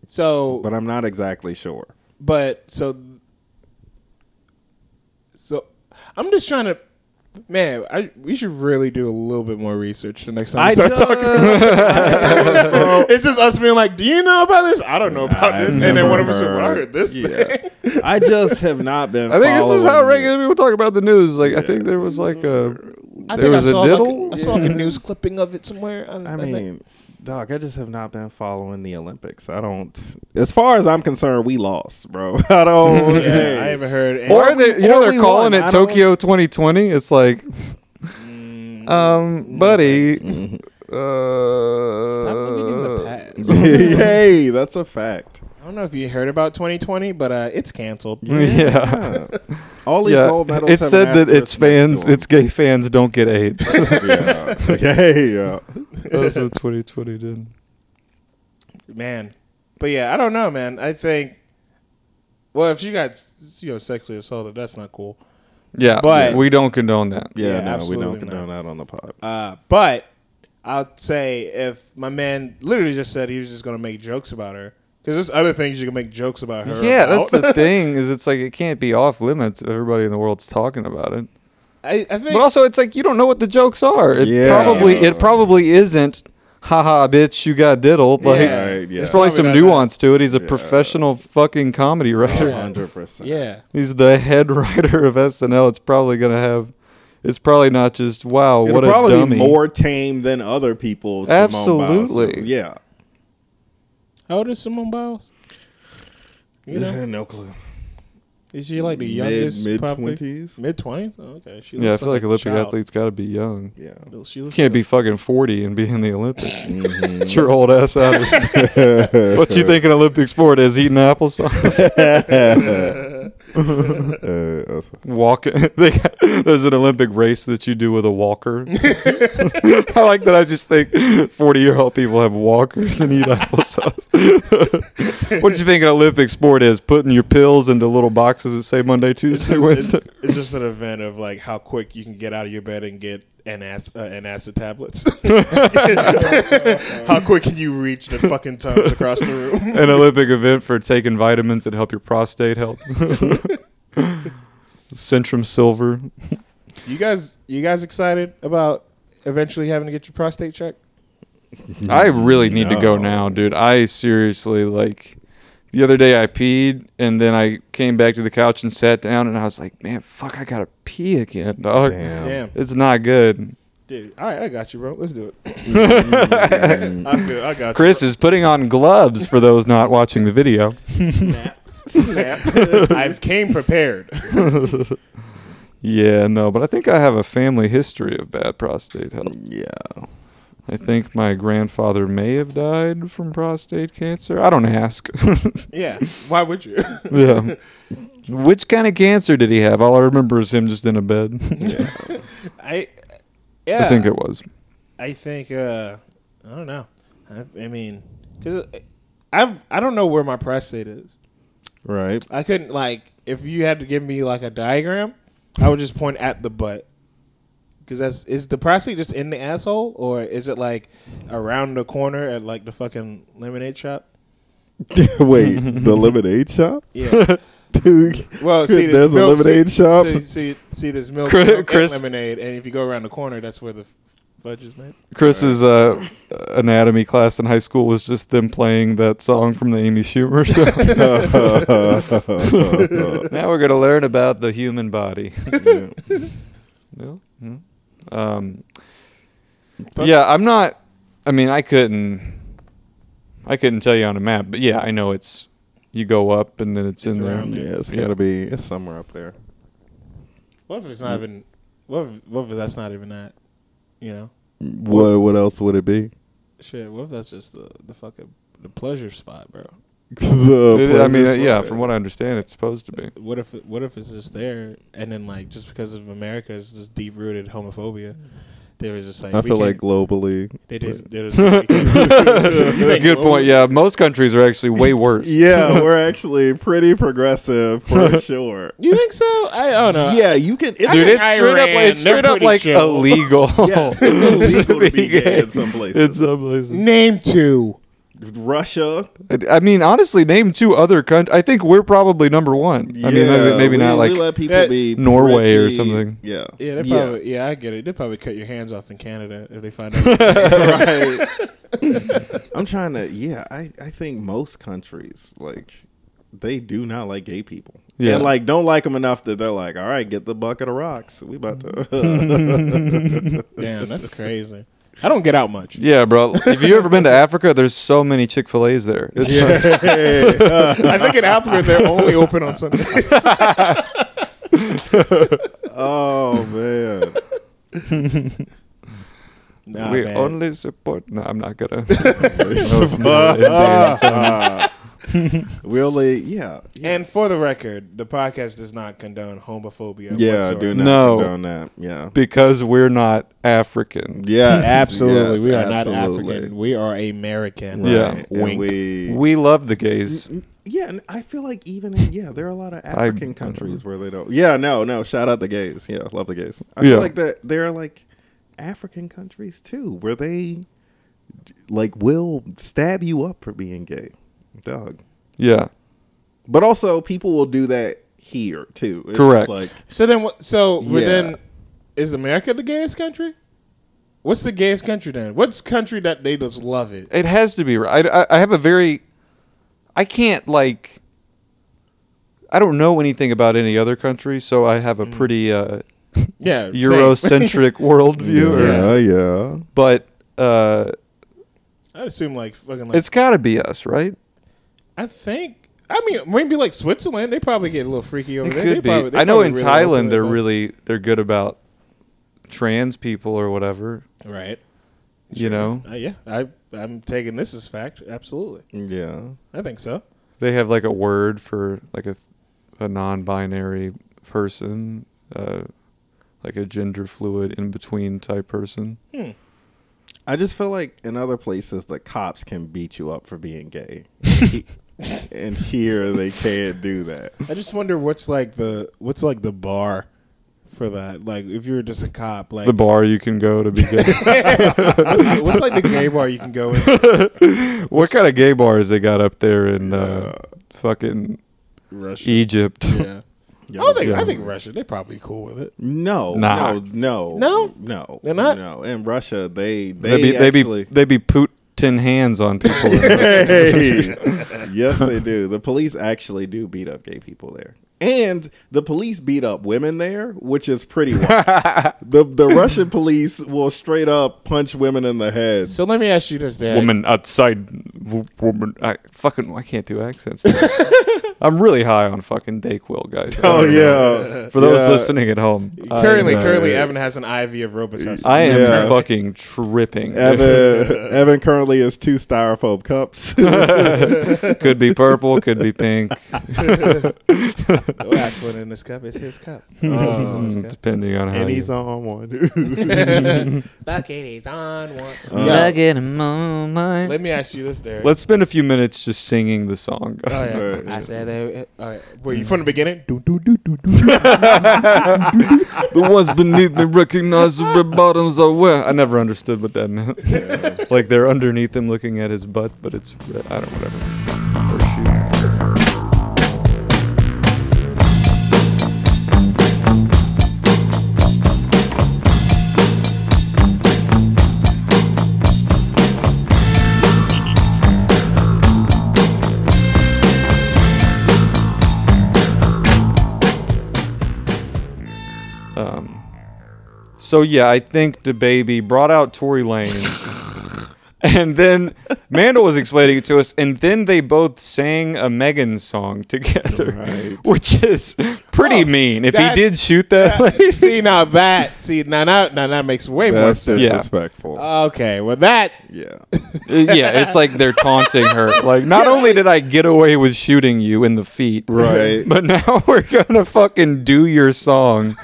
S1: So,
S3: But I'm not exactly sure.
S1: but so, so I'm just trying to. Man, I we should really do a little bit more research the next time we start talking. it's just us being like, "Do you know about this? I don't know about
S3: I've
S1: this." And then one of us,
S3: never
S1: "Well, I heard this."
S3: heard-
S1: thing."
S3: I just have not been.
S2: I think this is how
S3: following the-
S2: regular people talk about the news. Like I think there was like a
S1: I
S2: there
S1: think
S2: was
S1: I
S2: a
S1: saw
S2: diddle.
S1: Like, I saw like a news clipping of it somewhere. I,
S3: I
S1: I think.
S3: mean, dog, I just have not been following the Olympics. I don't. As far as I'm concerned, we lost, bro. I don't. hey.
S1: I haven't heard. Any,
S2: Or they, you know,
S3: or
S2: they're
S3: we
S2: calling
S3: won.
S2: it
S3: I don't-
S2: Tokyo 2020. It's like,
S3: Mm,
S2: um, buddy, uh,
S1: Stop living in the past.
S3: hey, that's a fact.
S1: I don't know if you heard about 2020, but uh, it's canceled.
S2: Yeah,
S3: All these
S2: yeah.
S3: gold medals.
S2: It
S3: have
S2: said
S3: an
S2: that its
S3: asterisk next
S2: fans,
S3: to them.
S2: its gay fans, don't get AIDS.
S3: yeah. Hey, yeah.
S2: That's what 2020 did.
S1: man. But yeah, I don't know, man. I think. Well, if she got s- you know sexually assaulted, that's not cool.
S2: Yeah,
S1: But-
S2: we don't condone that.
S3: Yeah,
S1: Yeah,
S3: no, we don't
S1: absolutely
S3: condone that on the pod.
S1: Uh, but I'll say if my man literally just said he was just gonna make jokes about her, because there's other things you can make jokes about her.
S2: Yeah,
S1: about.
S2: that's the thing. Is it's like it can't be off limits. Everybody in the world's talking about it.
S1: I, I think.
S2: But also, it's like you don't know what the jokes are. It
S3: Yeah.
S2: probably it probably isn't. Haha, bitch, you got diddled. Like,
S1: Yeah.
S3: Right, yeah.
S2: There's probably,
S1: Probably
S2: some
S1: not
S2: nuance to it. He's a professional fucking comedy writer.
S3: Hundred percent.
S1: yeah.
S2: He's the head writer of SNL. It's probably gonna have. It's probably not just wow.
S3: It'll
S2: what a
S3: probably
S2: dummy.
S3: be more tame than other people's. Simone Biles.
S2: Absolutely.
S3: Yeah.
S1: How old is Simone Biles? You know,
S3: no clue.
S1: Is she like the
S3: mid
S1: youngest?
S3: mid twenties.
S1: Mid twenties. Oh, okay. She
S2: Yeah, I
S1: looks
S2: feel like
S1: a
S2: Olympic
S1: child.
S2: athletes got to be young.
S3: Yeah.
S1: She looks
S2: Can't be fucking 40 and be in the Olympics.
S1: Mm-hmm.
S2: Get your old ass out of here. What you think an Olympic sport is? Eating applesauce?
S3: Uh,
S2: Walking? They got, there's an Olympic race that you do with a walker. I like that I just think 40 year old people have walkers and eat applesauce. what you think an Olympic sport is? Putting your pills into little boxes that say Monday,
S1: It's
S2: Tuesday,
S1: just,
S2: Wednesday?
S1: it's- it's just an event of like how quick you can get out of your bed and get an acid, uh, an acid tablets. how quick can you reach the fucking tons across the room?
S2: an Olympic event for taking vitamins that help your prostate help. Centrum Silver.
S1: You guys, you guys excited about eventually having to get your prostate checked?
S2: I really need to go
S3: No.
S2: now, dude. I seriously like the other day I peed and then I came back to the couch and sat down and I was like, man, fuck, I gotta pee again, dog.
S3: Damn.
S1: Damn,
S2: It's not good.
S1: dude. All right, I got you, bro. Let's do it. Mm. I feel, I got
S2: Chris is putting on gloves for those not watching the video.
S1: you. I've came prepared.
S2: Yeah, no, but I think I have a family history of bad prostate health.
S3: yeah.
S2: I think my grandfather may have died from prostate cancer. I don't ask.
S1: yeah. Why would you?
S2: yeah. Which kind of cancer did he have? All I remember is him just in a bed.
S1: I. Yeah.
S2: I think it was.
S1: I think uh, I don't know. I, I mean, because I've I don't know where my prostate is.
S3: Right.
S1: I couldn't like if you had to give me like a diagram, I would just point at the butt. Because that's is the prostate just in the asshole or is it like around the corner at like the fucking lemonade shop?
S3: Wait, the lemonade shop?
S1: Yeah.
S3: Dude.
S1: Well, see, this
S3: there's a
S1: milk,
S3: lemonade
S1: see,
S3: shop.
S1: See, see, see this milk,
S2: Chris-
S1: milk and
S2: Chris-
S1: lemonade, and if you go around the corner, that's where the fudge is made.
S2: Chris's uh, anatomy class in high school was just them playing that song from the Amy Schumer show. now we're going to learn about the human body. Well,
S3: Hmm?
S2: yeah. Um, yeah, I'm not. I mean, I couldn't. I couldn't tell you on a map, but yeah, I know it's. You go up and then it's,
S1: It's
S2: in there.
S1: around
S3: Yeah, it's gotta be it's somewhere up there.
S1: What if it's not even? What if, what if that's not even that? You know,
S3: What what else would it be?
S1: shit. What if that's just the the fucking the pleasure spot, bro?
S3: The
S2: It- I mean,
S3: pleasure
S2: yeah,
S3: spot.
S2: from what I understand, it's supposed to be.
S1: What if what if it's just there, and then like just because of America's just deep rooted homophobia, they was just like
S3: I
S1: we
S3: feel
S1: can't-
S3: like globally.
S1: they just they was like, we can't- You think
S2: Good point.
S1: global-
S2: Yeah, most countries are actually way worse.
S3: Yeah, we're actually pretty progressive for sure.
S1: You think so? I don't know.
S3: Yeah, you can. It,
S2: Dude,
S1: think
S2: it's straight up,
S1: Iran,
S2: it's straight
S1: they're
S2: up
S1: pretty
S2: like
S1: chill.
S2: illegal.
S3: yeah, it's illegal to be gay in some
S2: In
S3: places.
S2: some places.
S1: Name two.
S3: Russia.
S2: I- I mean, honestly, name two other countries. I think we're probably number one. I mean,
S3: yeah,
S2: maybe, maybe
S3: we-
S2: not like eh,
S3: we let people
S1: Yeah.
S3: be
S2: Norway or
S3: pretty-
S2: something.
S3: Yeah,
S1: Yeah, they probably yeah. I get it. They probably cut your hands off in Canada if they find out.
S3: right. I'm trying to. Yeah, I I think most countries like they do not like gay people.
S2: Yeah.
S3: Yeah, and like don't like them enough that they're like, all right, get the bucket of rocks. We about to.
S1: Damn, that's crazy. I don't get out much.
S2: Yeah, bro. Have you ever been to Africa? There's so many Chick Fil A's there. It's
S1: I think in Africa they're only open on Sundays.
S3: oh man.
S1: Nah,
S2: we
S1: Oh, man.
S2: only support. No, I'm not gonna.
S3: we only yeah yeah
S1: And for the record, the podcast does not condone homophobia.
S3: yeah
S1: whatsoever.
S3: do not
S2: No.
S3: condone that yeah
S2: because we're not African.
S3: yeah
S1: Absolutely, we are not African. We are American.
S2: Yeah.
S3: wink.
S1: Wink.
S3: we
S2: We love the gays.
S3: yeah and I feel like even in, yeah there are a lot of African
S2: I
S3: countries where they don't yeah no no shout out the gays yeah love the gays I feel
S2: Yeah.
S3: like that there are like African countries too where they like will stab you up for being gay dog
S2: Yeah.
S3: but also people will do that here too It's just
S2: Correct.
S3: like
S1: So then, what- so
S3: Yeah.
S1: within is America the gayest country? What's the gayest country then? What's country that they just love it?
S2: It has to be right. I, I have a very. I can't like. I don't know anything about any other country, so I have a
S1: Mm.
S2: pretty uh,
S1: Yeah, same.
S2: Eurocentric worldview.
S1: Yeah.
S3: yeah
S2: But uh,
S1: I'd assume like fucking. Like,
S2: it's got to be us, right?
S1: I think I mean, maybe like Switzerland, they probably get a little freaky over
S2: It
S1: there.
S2: could
S1: They
S2: be.
S1: probably- they
S2: I know
S1: probably
S2: in
S1: really open
S2: Thailand
S1: it
S2: they're
S1: up.
S2: really they're good about trans people or whatever.
S1: right.
S2: You know,
S1: Uh, yeah, I I'm taking this as fact. Absolutely,
S3: Yeah.
S1: I think so.
S2: they have like a word for like a a non-binary person, uh, like a gender fluid in between type person.
S1: Hmm.
S3: I just feel like in other places the cops can beat you up for being gay. He- and here they can't do that.
S1: I just wonder what's like the what's like the bar for that. Like if you're just a cop, like
S2: The bar you can go to be gay.
S1: what's, what's like the gay bar you can go in?
S2: what kind of gay bars they got up there in uh, fucking
S1: Russia.
S2: Egypt?
S1: Yeah. I think
S2: Yeah. Mm.
S1: I think Russia. They're probably cool with it.
S3: No,
S2: Nah.
S3: no, no,
S1: No?
S3: no.
S1: They're not?
S3: No, in Russia they they
S2: They be they be
S3: actually.
S2: they be putting hands on people.
S3: Hey. yes, they do. The police actually do beat up gay people there, and the police beat up women there, which is pretty wild. the The Russian police will straight up punch women in the head.
S1: So let me ask you this, Dad.
S2: woman outside w- woman I fucking I can't do accents. I'm really high on fucking Dayquil, guys. Um,
S3: oh yeah,
S2: For those
S3: Yeah. Uh,
S2: listening at home,
S1: Currently,
S2: I, am-
S1: currently, Evan has an IV of Robitussin.
S2: Uh, I am
S3: Yeah.
S2: fucking tripping.
S3: Evan Evan currently has two styrofoam cups.
S2: could be purple, could be pink,
S1: Oh, that's what in this cup. It's his cup. Oh.
S2: Mm, depending on how.
S3: and
S2: you-
S3: he's on one.
S7: Bucket is on one.
S2: Uh,
S5: I get him on my-
S1: Let me ask you this, Derek.
S2: Let's spend a few minutes just singing the song.
S1: Oh, yeah.
S3: Alright.
S1: I said, uh, all right. Were you from the beginning? Do, do, do, do, do.
S2: the ones beneath me recognize the red bottoms I wear. I never understood what that meant. like they're underneath him looking at his butt, but it's red. I don't whatever. Or shoe. Um, so yeah, I think the baby brought out Tory Lanez, and then Mandel was explaining it to us, and then they both sang a Megan song together, which is pretty mean. If he did
S1: Oh, that's-
S2: shoot that, lady-
S1: see now that see now now now that makes way more
S3: That's
S1: sense.
S3: disrespectful.
S1: Okay, well that
S3: yeah.
S2: yeah, it's like they're taunting her. Like, not only did I get away with shooting you in the feet,
S3: Right.
S2: But now we're gonna fucking do your song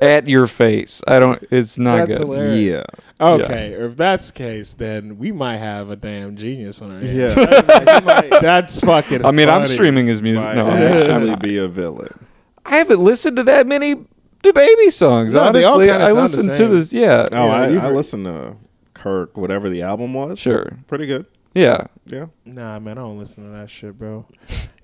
S2: at your face. I don't. It's not
S1: that's
S2: good.
S1: hilarious.
S3: Yeah.
S1: Okay, if that's the case, then we might have a damn genius on our hands.
S3: Yeah.
S1: That's fucking.
S2: I mean, I'm
S1: funny.
S2: streaming his music.
S3: might
S2: No, I'm actually-
S3: actually be a villain.
S2: I haven't listened to that many the baby songs.
S1: No, they all
S2: honestly,
S1: kinda
S2: I
S1: sound the
S2: listened to
S1: same.
S2: this. Yeah.
S3: Oh, I,
S1: you've
S3: I
S1: heard-
S3: listened to Kirk, whatever the album was.
S2: Sure.
S3: Pretty good.
S2: Yeah.
S3: Yeah.
S1: Nah, man, I don't listen to that shit, bro.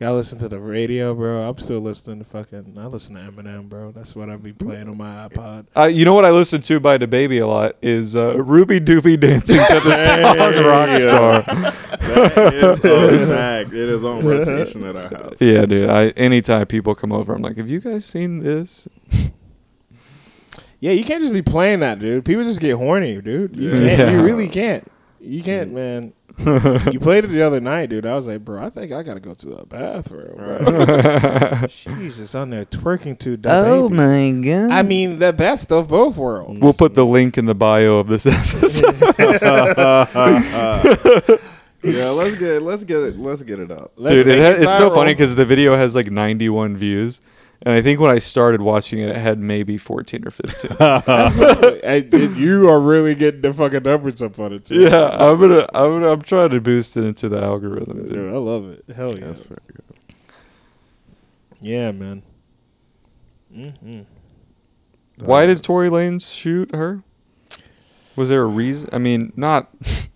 S1: Y'all listen to the radio, bro. I'm still listening to fucking. I listen to Eminem, bro. That's what I be playing on my iPod.
S2: Uh, you know what I listen to by the baby a lot is uh, Ruby Doobie dancing to the song Rockstar.
S3: It's on fact. It is on rotation at our house.
S2: Yeah, dude. I anytime people come over, I'm like, "Have you guys seen this?"
S1: Yeah, you can't just be playing that, dude. People just get horny, dude. You
S3: Yeah.
S1: can't. You
S2: Yeah.
S1: really can't. You can't, man. you played it the other night, dude. I was like, bro, I think I gotta go to the bathroom. Bro. Jesus, on there twerking to the
S5: Oh
S1: baby.
S5: my god.
S1: I mean, the best of both worlds.
S2: We'll put the link in the bio of this episode.
S3: Yeah, let's get let's get it let's get it up.
S1: Let's
S2: Dude, it
S1: make
S2: ha- it's so
S1: viral.
S2: funny because the video has like 91 views, and I think when I started watching it, it had maybe 14 or 15.
S1: Hey, dude, you are really getting the fucking numbers up on it too.
S2: yeah, I'm gonna, I'm gonna, I'm trying to boost it into the algorithm. dude.
S1: dude, I love it. Hell yeah, yeah, man.
S2: Why did Tory Lanez shoot her? Was there a reason? I mean, not,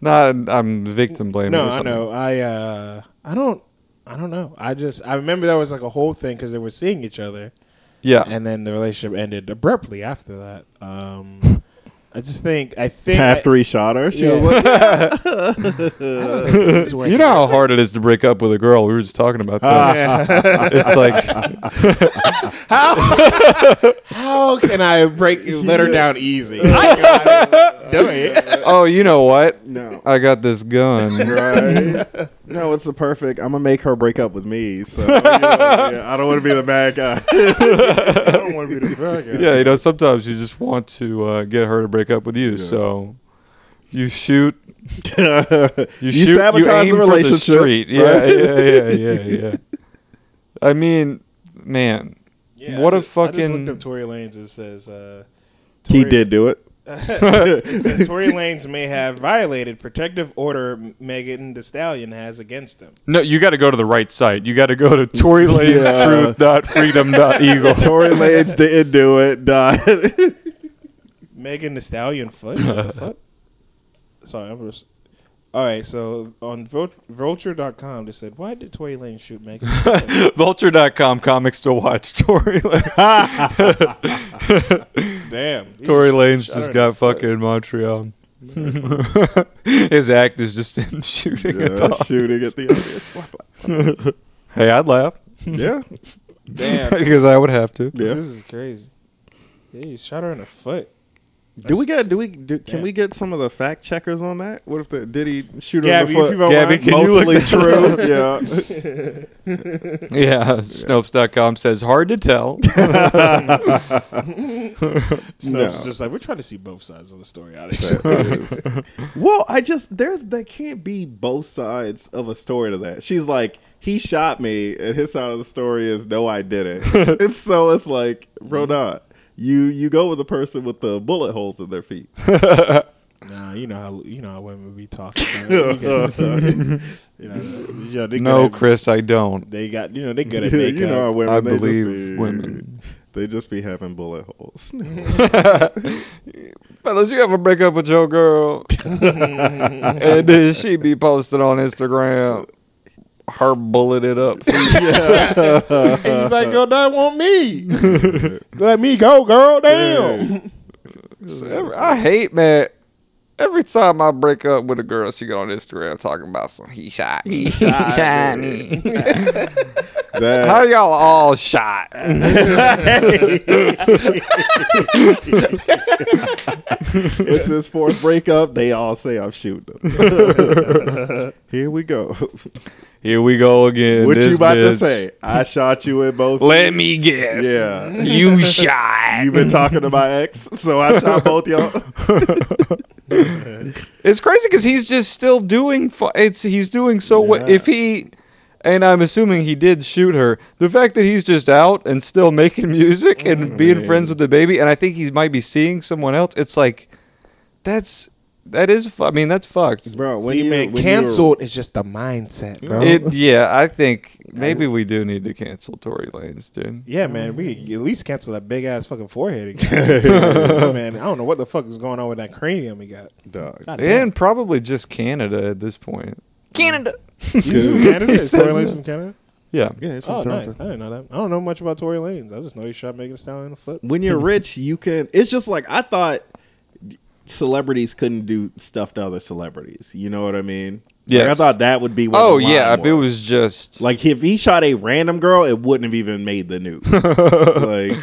S2: not. I'm victim blaming.
S1: No,
S2: or
S1: I
S2: something.
S1: know. I uh, I don't, I don't know. I just I remember that was like a whole thing because they were seeing each other,
S2: Yeah,
S1: and then the relationship ended abruptly after that. Um, I just think I think
S3: After he shot her, she
S1: Yeah.
S3: was like,
S1: this is working.
S2: you know how hard it is to break up with a girl. We were just talking about
S1: Ah.
S2: that.
S1: Yeah.
S2: it's like,
S1: how can I break you let her down easy? I got it. doing it.
S2: Oh, you know what?
S3: No.
S2: I got this gun.
S3: Right? no, it's the perfect. I'm gonna make her break up with me. So you know, yeah, I don't want to be the bad guy.
S1: I don't want to be the bad guy.
S2: yeah, you know, sometimes you just want to uh, get her to break up with you. So you shoot. You,
S3: you
S2: shoot,
S3: sabotage
S2: you aim
S3: the
S2: for
S3: relationship.
S2: street. Yeah,
S3: right?
S2: yeah, yeah, yeah, yeah. I mean, man, what a fucking.
S1: I just looked up Tory Lanez. It says uh,
S3: He
S1: Tory-
S3: did do it.
S1: It says Tory Lanez may have violated protective order Megan The Stallion has against him.
S2: No, you got to go to the right site. You got to go to Tory Lane's
S3: Yeah.
S2: Truth dot freedom dot eagle.
S3: Tory Lanez didn't do it. Died.
S1: Megan The Stallion foot. What the fuck? Sorry, I'm just. All right, so on Vul- Vulture.com, they said, "Why did Tory Lane shoot Megan?" Thee Stallion?"
S2: Vulture.com comics to watch Tory Lane.
S1: Damn, he
S2: Tory
S1: just-
S2: Lane's
S1: shot her
S2: just
S1: in the
S2: got
S1: foot.
S2: fucking Montreal. His act is just him shooting at
S3: Yeah,
S2: the
S3: shooting at the audience.
S2: Hey, I'd laugh
S3: Yeah,
S1: Damn,
S2: because I would have to.
S3: yeah.
S1: this is crazy. Yeah, he shot her in the foot.
S3: Do we get? Do we? Do, can
S1: Yeah.
S3: we get some of the fact checkers on that? What if the did he shoot her in
S1: Gabby,
S3: the
S1: if
S3: foot?
S1: you don't
S2: Gabby,
S1: mind.
S2: can you look
S3: Mostly true. yeah.
S2: Yeah, Snopes.com says hard to tell.
S1: Snopes
S3: No.
S1: is just like we're trying to see both sides of the story. Obviously.
S3: Well, I just there's there can't be both sides of a story to that. She's like, he shot me, and his side of the story is no, I didn't. and so it's like,
S2: Mm-hmm.
S3: bro, not you. You go with the person with the bullet holes in their feet.
S1: nah, you know how you know how women be talking. man. You got- you know, you know, they
S2: no,
S1: good at-
S2: Chris, I don't.
S1: They got you know they good at
S3: you
S1: makeup.
S3: know, how women.
S2: I
S3: they just
S2: believe
S3: be-
S2: women.
S3: They just be having bullet holes.
S2: Fellas, you ever break up with your girl? and then she be posting on Instagram her bulleted up
S1: And he's
S3: uh,
S1: like, girl, that want me. Let me go, girl. Damn.
S2: Every- I hate man. Every time I break up with a girl, she get on Instagram talking about some he shot me.
S5: Shiny.
S3: That-
S2: How y'all all shot?
S3: it's his fourth breakup. They all say I'm shooting them. Here we go.
S2: Here we go again.
S3: what
S2: this
S3: you about to
S2: bitch.
S3: say? I shot you in both.
S2: Let me guess.
S3: yeah.
S2: You shot.
S3: You've been talking to my ex, so I shot both y'all.
S2: It's crazy because he's just still doing. Fu- it's he's doing so. wa-
S3: Yeah.
S2: if he, and I'm assuming he did shoot her. The fact that he's just out and still making music and
S3: Mm-hmm.
S2: being friends with the baby, and I think he might be seeing someone else. It's like, that's that is. Fu- I mean, that's fucked.
S3: Bro,
S1: See, man, canceled is just a mindset, bro.
S2: It, yeah, I think maybe we do need to cancel Tory Lanez, dude.
S1: yeah, man, we could at least cancel that big ass fucking forehead again. man, I don't know what the fuck is going on with that cranium he got.
S3: dog.
S1: God damn.
S2: And probably just Canada at this point.
S5: Canada.
S1: He's from Canada.
S2: He
S1: Is Tory
S2: says
S1: Lanez
S2: that.
S1: from Canada?
S2: Yeah.
S1: Oh, nice. I didn't know that. I don't know much about Tory Lanez. I just know he shot Megan Thee Stallion in the foot.
S3: When you're rich, you can. It's just like I thought celebrities couldn't do stuff to other celebrities. You know what I mean? Yeah. I
S2: Yes.
S3: thought that would be. What
S2: Oh
S3: the line
S2: yeah, if it was just
S3: like if he shot a random girl, it wouldn't have even made the news. like,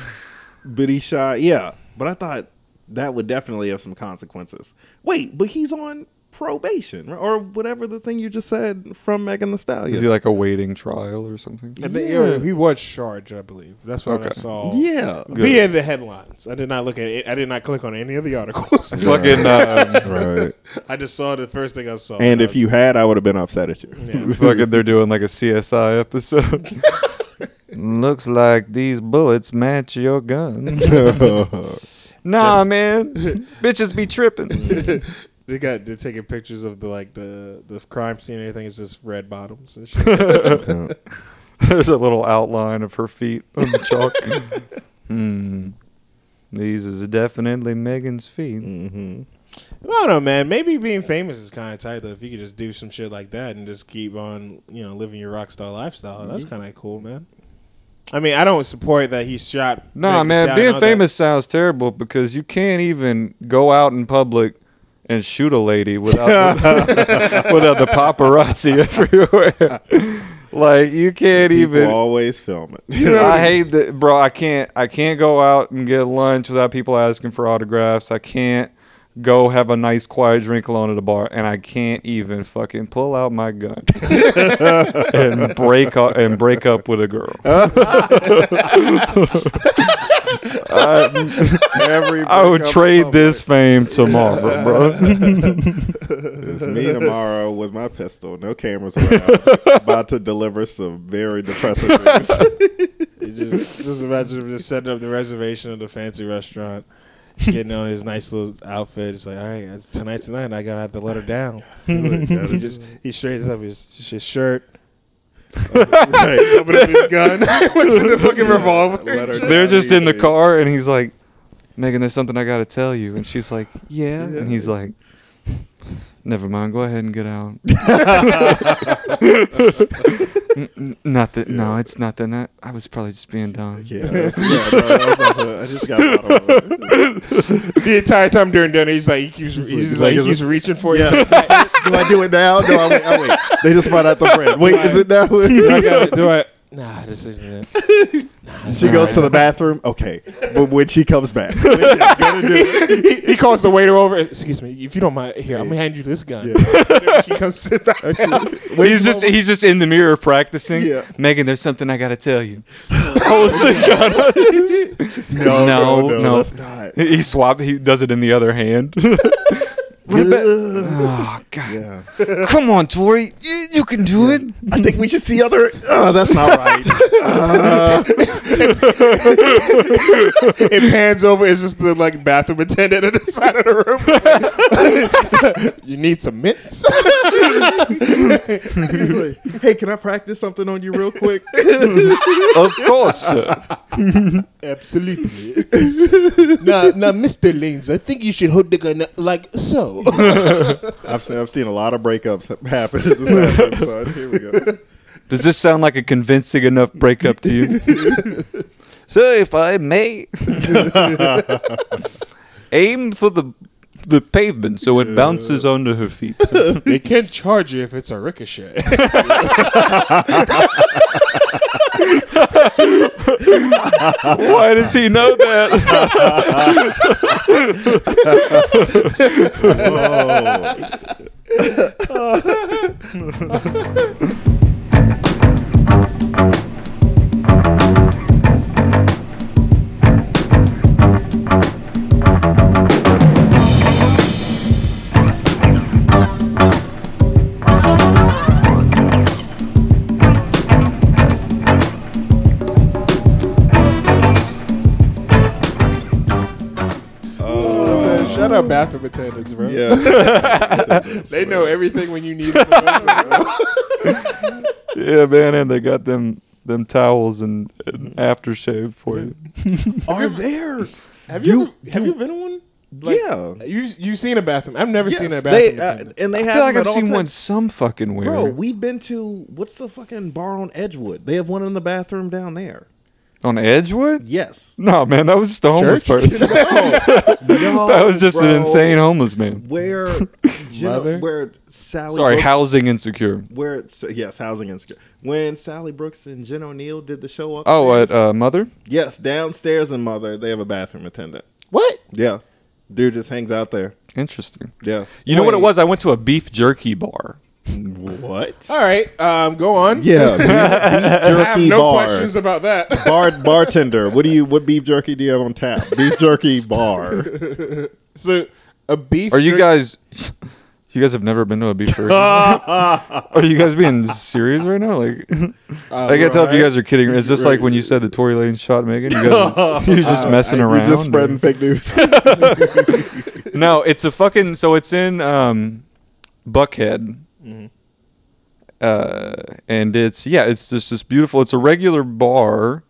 S3: but he shot. Yeah, but I thought that would definitely have some consequences. Wait, but he's on probation right? or whatever the thing you just said from Megan the Stallion.
S2: is he like a waiting trial or something?
S1: I think- yeah, he was charged, I believe. That's what I
S2: Okay.
S1: saw.
S3: yeah.
S1: Via the headlines. I did not look at it. I did not click on any of the articles.
S2: Fucking um,
S3: Right.
S1: I just saw the first thing I saw.
S3: And
S1: I
S3: if
S1: was
S3: you had, I would have been upset at you.
S2: Fucking, they're doing like a CSI episode. Looks like these bullets match your gun. nah, man, bitches be tripping.
S1: They got they're taking pictures of the like the the crime scene and everything. It's just red bottoms and shit.
S2: There's a little outline of her feet on the chalk. hmm. These is definitely Megan's feet.
S1: Hmm. I don't know, man. Maybe being famous is kind of tight though. If you could just do some shit like that and just keep on, you know, living your rock star lifestyle, that's
S2: Mm-hmm.
S1: kind of cool, man. I mean, I don't support that he shot. Megan
S2: Nah,
S1: Thee
S2: man,
S1: Stallion
S2: being
S1: and all that.
S2: famous sounds terrible because you can't even go out in public and shoot a lady without without the paparazzi everywhere. like you can't even.
S3: People always film it.
S2: I hate that, bro. I can't. I can't go out and get lunch without people asking for autographs. I can't go have a nice quiet drink alone at a bar, and I can't even fucking pull out my gun and break up and break up with a girl. I,
S8: Every
S2: I would
S8: breakup
S2: trade
S8: public.
S2: this fame tomorrow, bro.
S8: It's me tomorrow with my pistol, no cameras around, about to deliver some very depressing news.
S1: just, just imagine him just setting up the reservation at the fancy restaurant, getting on his nice little outfit. It's like, all right, it's tonight's the night. I gotta have to let her down. he just he straightens up his, his shirt,
S8: right.
S1: put up his gun, puts in the fucking revolver.
S8: Let her
S2: They're
S8: down
S2: just in the
S8: easy.
S2: car, and he's like, "Megan, there's something I gotta tell you," and she's like, "Yeah," and he's like. Never mind. Go ahead and get out. N- n- Mm, not that. No, it's not that. I, I was probably just being dumb.
S8: Yeah, that's, yeah no, that's not her. I just got out of it.
S1: The entire time during dinner, he's like, he keeps, he's,
S8: he's
S1: like,
S8: like, is
S1: he keeps
S8: it-
S1: reaching for
S8: Yeah.
S1: you. He's like,
S8: do I do it now? No, I wait. I wait. They just brought out the bread. Wait, is it now?
S1: I gotta do it. Nah, this isn't it.
S8: she goes to the bathroom. Okay, but when she comes back, yeah, gotta do it.
S1: he, he calls the waiter over. Excuse me, if you don't mind, here I'm gonna hand you this gun. she comes sit back down.
S8: Wait,
S2: he's just he's just in the mirror practicing.
S8: Yeah.
S2: Megan, there's something I gotta tell you. Holds the gun up.
S8: no, no,
S2: No,
S8: no,
S2: no.
S8: That's not.
S2: he swap. He does it in the other hand.
S8: oh
S2: God.
S8: Yeah.
S5: Come on, Tori. You, you can do it.
S8: I think we should see other. Oh, that's not right.
S1: It pans over. It's just the like bathroom attendant at the side of the room. you need some mints.
S8: He's like, hey, can I practice something on you real quick?
S2: of course. sir.
S1: Absolutely. now, now, Mister Lanes, I think you should hold the gun like so.
S8: I've seen, I've seen a lot of breakups happen. in This happened, son. Here we go.
S2: Does this sound like a convincing enough breakup to you?
S5: So, if I may,
S2: Aim for the the pavement so it bounces onto her feet. sir.
S1: they can't charge you if it's a ricochet.
S2: Why does he know that?
S8: Oh,
S1: Shut up, bathroom attendants, bro.
S8: yeah.
S1: They know everything when you need it.
S2: yeah, man, and they got them them towels and, and aftershave for you.
S1: Are there? Have you, ever- have you been in one? Like,
S8: yeah.
S1: You you've seen a bathroom? I've never seen a
S8: Yes,
S1: bathroom.
S3: They, uh,
S1: attendant.
S3: and they
S2: I
S3: have
S2: feel like
S3: them
S2: I've
S3: at all
S2: seen
S3: times.
S2: one some fucking where.
S3: Bro, we've been to what's the fucking bar on Edgewood? They have one in the bathroom down there.
S2: On Edgewood?
S3: Yes.
S2: No, man, that was just a homeless person.
S3: No,
S2: that was just an
S3: bro.
S2: insane homeless man.
S3: Where, Jen-
S1: Mother?
S3: where Sally?
S2: Sorry,
S3: Brooks,
S2: housing insecure.
S3: Where yes, housing insecure. When Sally Brooks and Jen O'Neill did the show up.
S2: Oh, at uh, mother?
S3: yes, downstairs in Mother, they have a bathroom attendant.
S1: what?
S3: Yeah, dude just hangs out there.
S2: Interesting.
S3: Yeah.
S2: You know what it
S1: Wait.
S2: was? I went to a beef jerky bar.
S8: What?
S1: All right, um, go on.
S8: Yeah. beef
S1: I have
S8: jerky
S1: no
S8: bar.
S1: questions about that.
S8: bar. Bartender. What do you? What beef jerky do you have on tap? Beef jerky bar.
S1: so a beef.
S2: Are you
S1: jerky-
S2: guys? You guys have never been to a beef jerky? bar? are you guys being serious right now? Like,
S8: Uh,
S2: I can't tell if you guys are kidding. Is this like when you said the Tory Lane shot Megan? You guys, you're just messing
S8: We're
S2: around.
S8: Uh, just
S2: or-
S8: spreading fake news.
S2: No, it's a fucking. So it's in um, Buckhead.
S8: Mm-hmm.
S2: Uh, and it's yeah, it's just this beautiful. It's a regular bar,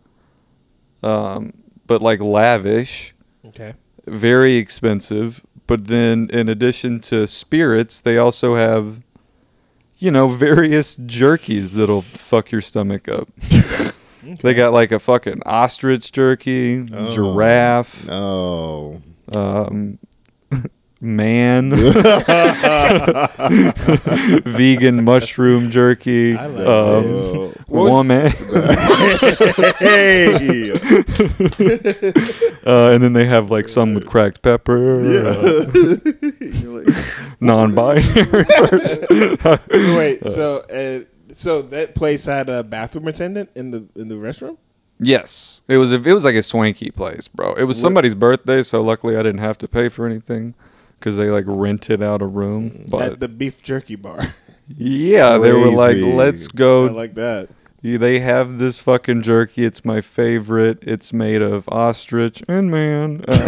S2: um, but like lavish.
S1: Okay.
S2: very expensive. But then, in addition to spirits, they also have, you know, various jerkies that'll fuck your stomach up. They got like a fucking
S1: Oh.
S2: ostrich jerky, giraffe,
S8: oh.
S2: um, man. Vegan mushroom jerky.
S1: I like this.
S2: um, woman.
S3: hey,
S2: Uh, and then they have like some with cracked pepper. uh, non-binary.
S1: Wait, so uh, so that place had a bathroom attendant in the in the restroom.
S2: yes, it was. A, it was like a swanky place, bro. It was somebody's birthday, so luckily I didn't have to pay for anything because they like rented out a room. But
S1: at the beef jerky bar.
S2: yeah, they were like,
S3: Crazy.
S2: "Let's
S1: I
S2: go
S1: like that.
S2: Yeah, They have this fucking jerky. It's my favorite. It's made of ostrich and man. Uh,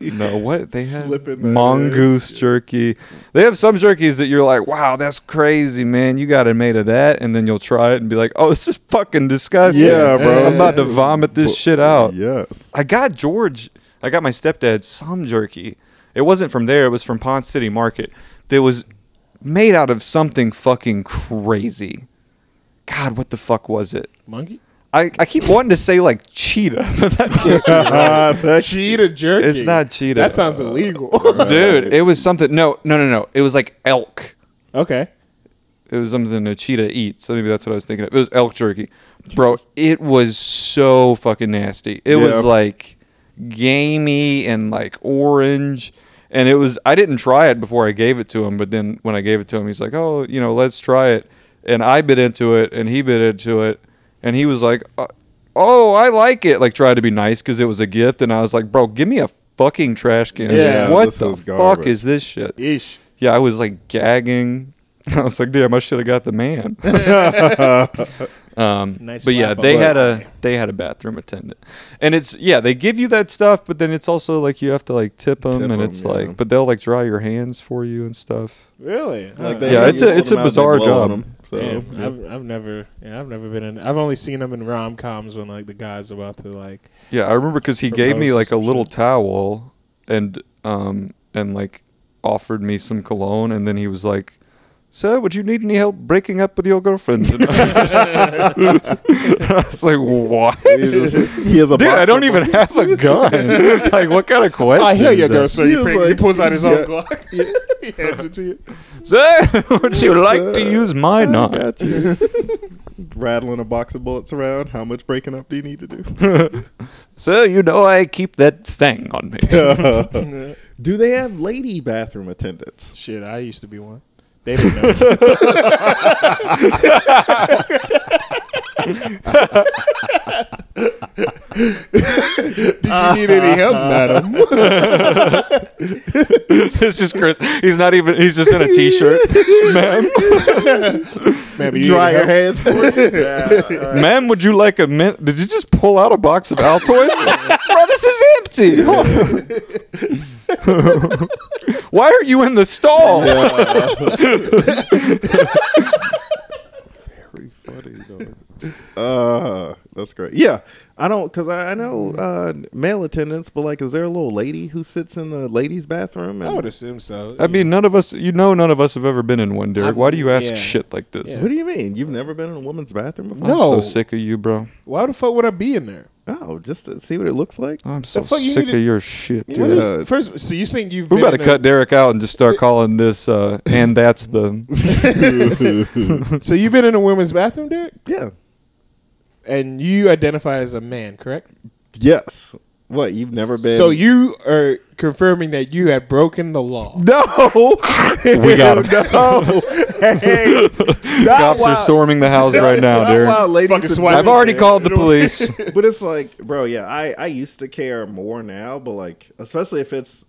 S2: no, what they have
S3: Slip in there.
S2: mongoose jerky. They have some jerkies that you're like, wow, that's crazy, man. You got it made of that, and then you'll try it and be like, oh, this is fucking disgusting.
S3: Yeah, bro.
S2: I'm about to vomit this shit out.
S3: yes.
S2: I got George, I got my stepdad some jerky. It wasn't from there, it was from Pond City Market. That was made out of something fucking crazy. God, what the fuck was it?
S1: Monkey.
S2: I, I keep wanting to say like cheetah, but that can't be right.
S3: Ah,
S8: Uh,
S3: that
S1: Cheetah jerky.
S2: It's not Uh, cheetah.
S1: That sounds illegal.
S2: Dude, it was something. No, no, no, no. It was like elk.
S1: okay.
S2: It was something a cheetah eats. So maybe that's what I was thinking of. It was elk jerky. Bro, it was so fucking nasty. It
S3: Yeah.
S2: was like gamey and like orange. And it was, I didn't try it before I gave it to him. But then when I gave it to him, he's like, oh, you know, let's try it. And I bit into it and he bit into it. And he was like, uh, oh, I like it. Like, tried to be nice because it was a gift. And I was like, bro, give me a fucking trash can.
S1: Yeah,
S2: what
S3: this
S2: the
S3: is
S2: fuck
S3: garbage.
S2: is this shit?
S1: Ish.
S2: Yeah, I was like gagging. I was like, damn, I should have got the man. um,
S1: Nice
S2: but yeah,
S1: slap
S2: they
S1: on the
S2: had a they had a bathroom attendant, and it's yeah they give you that stuff, but then it's also like you have to like tip them, and
S3: 'em,
S2: it's
S3: yeah.
S2: like but they'll like dry your hands for you and stuff.
S1: Really?
S9: Like
S1: Uh,
S9: they-
S2: Yeah,
S9: you
S2: it's a-
S9: hold
S2: it's a
S9: them out, they
S2: bizarre
S9: blow on
S2: job.
S9: them, so.
S1: Damn, I've, I've never, yeah, I've never been in. I've only seen them in rom coms when like the guys about to like.
S2: Yeah, I remember because he gave me
S1: Propose
S2: like a
S1: some
S2: little
S1: shit.
S2: towel and um and like offered me some cologne, and then he was like, "Sir, would you need any help breaking up with your girlfriend?" And I was like, "What?"
S3: He has a
S2: Dude,
S3: box
S2: I don't
S3: of-
S2: even have a gun. like, what kind of question?
S1: I hear you, girl. So
S3: He
S1: he,
S3: was
S1: pick- he
S3: like-
S1: pulls out his
S3: yeah.
S1: own Glock. he hands it to you.
S2: Sir, would you like to
S3: Sir,
S2: use
S1: Oh,
S2: my knife?
S3: Got you. Rattling a box of bullets around. How much breaking up do you need to do?
S2: Sir, you know I keep that thing on me.
S3: do they have lady bathroom attendants?
S1: Shit, I used to be one. They didn't know. Did you need any help, madam?
S2: this is Chris. He's not even. He's just in a t-shirt. Ma'am,
S1: Maybe you need
S3: Dry your
S1: help?
S3: hands for you.
S2: ma'am, would you like a mint? Did you just pull out a box of Altoids? Bro, this is empty. Why are you in the stall?
S3: Uh, that's great. Yeah, I don't because I, I know uh, male attendants, but like, is there a little lady who sits in the ladies' bathroom?
S1: I
S3: And,
S1: would assume so.
S2: I mean, none of us. You know, none of us have ever been in one, Derek. Why do you ask
S1: yeah.
S2: shit like this?
S3: what do you mean? You've never been in a woman's bathroom
S2: I'm
S3: before?
S1: No.
S2: so sick of you, bro.
S1: Why the fuck would I be in there?
S3: Oh, just to see what it looks like.
S2: I'm so
S1: fuck you
S2: sick
S1: need
S2: of
S1: to-
S2: your shit,
S1: What
S2: dude.
S1: is-
S3: Dude.
S1: first, so you think you've
S2: We
S1: been
S2: about to
S1: in a-
S2: cut Derek out and just start calling this, uh, and that's the.
S1: So you've been in a women's bathroom, Derek,
S3: Yeah.
S1: and you identify as a man, correct?
S3: Yes. What? You've never been?
S1: So you are confirming that you had broken the law.
S3: No.
S2: We got him.
S3: No. Hey. Not
S2: Cops are
S3: while-
S2: storming the house right now,
S3: not
S2: Derek.
S3: while ladies
S1: Fucking
S3: sit
S1: swiping.
S2: I've already
S3: there.
S2: called the police.
S3: but it's like, bro, yeah, I I used to care more now, but like, especially if it's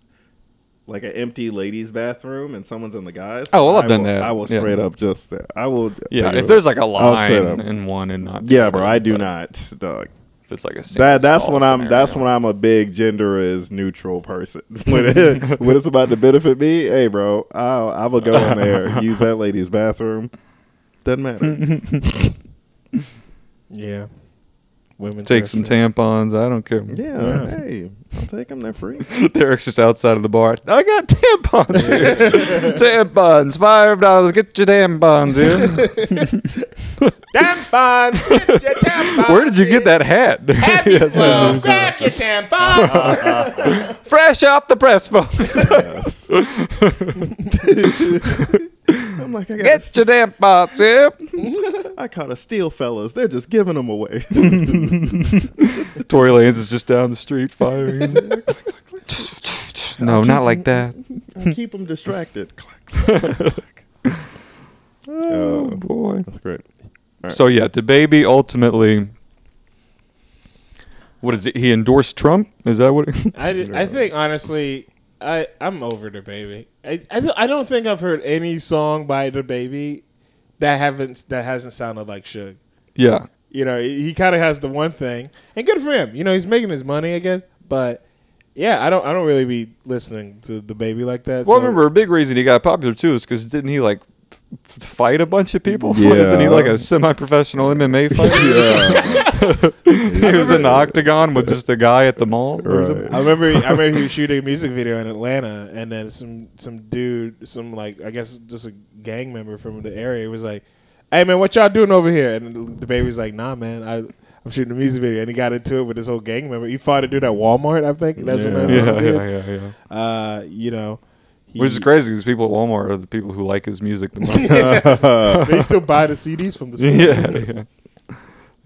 S3: like an empty ladies' bathroom and someone's in the guys.
S2: Oh, well, I've
S3: I
S2: done
S3: will-
S2: that.
S3: I will
S2: Yeah.
S3: straight up just I will.
S2: Yeah,
S3: pick it
S2: if
S3: up.
S2: there's like a
S3: I'll straight
S2: line
S3: up.
S2: in one and not.
S3: yeah, bro, I do
S2: but
S3: not, dog.
S2: If it's like a single
S3: That that's
S2: stall
S3: when I'm that's when
S2: scenario.
S3: I'm a big gender is neutral person. When it, when it's about to benefit me, hey, bro, I'll, I will go in there use that lady's bathroom. Doesn't matter.
S1: Yeah. women's
S2: Take some tampons. I don't care.
S3: Yeah, hey, I'll take them. They're free.
S2: Derek's just outside of the bar. I got tampons here. tampons, five dollars. Get your tampons here.
S1: tampons. Get your tampons.
S2: Where did you get that hat?
S1: Happy flow. Grab your tampons.
S2: Fresh off the press, folks.
S3: I'm like, I, got a
S2: Get your tampons here.
S3: st- I caught a steal, fellas. They're just giving them away.
S2: Tory Lanez is just down the street firing. no, not like that.
S3: I keep them distracted. Clack, clack.
S2: Oh boy.
S3: That's great.
S2: So yeah, the baby ultimately. What is it? He endorsed Trump. Is that what?
S1: I, did- I think honestly, I I'm over the baby. I I, th- I don't think I've heard any song by the baby that haven't that hasn't sounded like Suge.
S2: yeah.
S1: You know, he, he kind of has the one thing, and good for him. You know, he's making his money, I guess. But yeah, I don't I don't really be listening to the baby like that.
S2: Well,
S1: so-
S2: I remember a big reason he got popular too is because didn't he like f- f- fight a bunch of people? Isn't he
S3: Yeah.
S2: like a semi-professional MMA fighter? he was in the octagon with just a guy at the mall. or something.
S1: I remember I remember he was shooting a music video in Atlanta, and then some some dude, some like I guess just a gang member from the area was like, "Hey man, what y'all doing over here?" And the baby was like, "Nah man, I I'm shooting a music video." And he got into it with his whole gang member. He fought a dude at Walmart, I think. That's what
S2: Yeah,
S1: I
S2: yeah,
S1: yeah,
S2: yeah, yeah.
S1: Uh, you know, he-
S2: Which is crazy because people at Walmart are the people who like his music the most.
S1: They still buy the CDs from the store.
S2: yeah, yeah.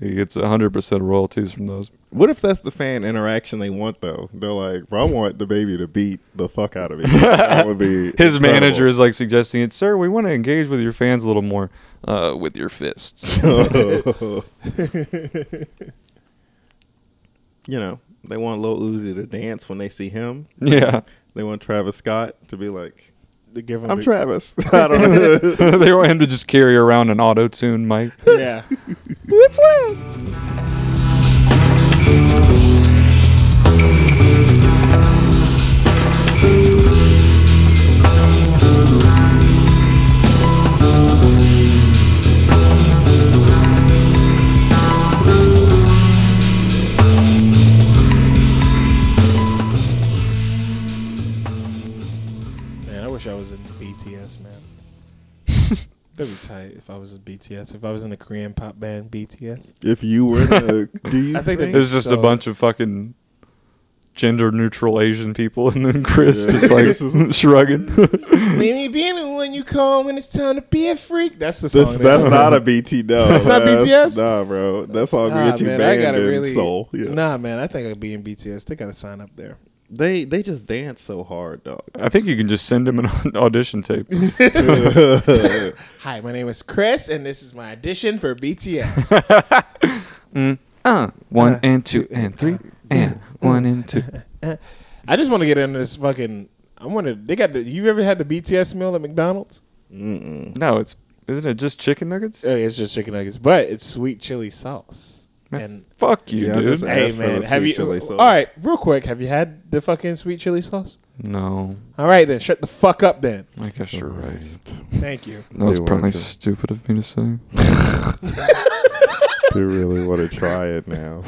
S2: He gets 100% royalties from those.
S3: What if that's the fan interaction they want though? They're like, "Bro, I want the baby to beat the fuck out of me." That would be
S2: His
S3: incredible.
S2: manager is like suggesting it, sir, we want to engage with your fans a little more uh, with your fists.
S3: you know, they want Lil Uzi to dance when they see him.
S2: yeah.
S3: They want Travis Scott to be like,
S1: They give him
S3: "I'm
S1: the-
S3: Travis." I don't know.
S2: they want him to just carry around an auto tune mic.
S1: Yeah,
S2: What's loud?
S1: man. I wish I was in BTS, man. That'd be tight if I was in BTS. If I was in a Korean pop band, BTS.
S3: if you were, to, do you
S1: I think that-
S2: There's just a
S1: So-
S2: bunch of fucking gender neutral Asian people, and then Chris
S3: Yeah.
S2: just like shrugging.
S1: Leave me be the one you call when it's time to be a freak. That's the song.
S3: This,
S1: they
S3: that's
S1: have.
S3: not a BT. No,
S1: That's not BTS?
S3: Nah, bro, that's all gonna
S1: Nah,
S3: get you
S1: man, I
S3: banned
S1: gotta
S3: in
S1: really-
S3: Seoul. Yeah.
S1: Nah, man, I think I'd be in BTS. They gotta sign up there.
S3: They they just dance so hard, dog.
S2: I think you can just send him an audition tape.
S1: Hi, my name is Chris, and this is my audition for BTS.
S5: Uh, one and two and three and one and two.
S1: I just want to get in this fucking. I want to. They got the. You ever had the BTS meal at McDonald's?
S2: no, it's isn't it just chicken nuggets?
S1: Oh, yeah, it's just chicken nuggets, but it's sweet chili sauce. And
S2: Fuck you,
S3: Yeah, I
S2: dude.
S3: just-
S1: hey,
S3: Ask for
S1: man,
S3: the
S1: have
S3: sweet
S1: you?
S3: chili sauce.
S1: All right, real quick, have you had the fucking sweet chili sauce?
S2: No,
S1: All right, then shut the fuck up, then.
S2: I guess you're right.
S1: Thank you.
S2: That was
S3: They
S2: probably
S3: weren't sure.
S2: stupid of me to say.
S3: Do really want to try it now?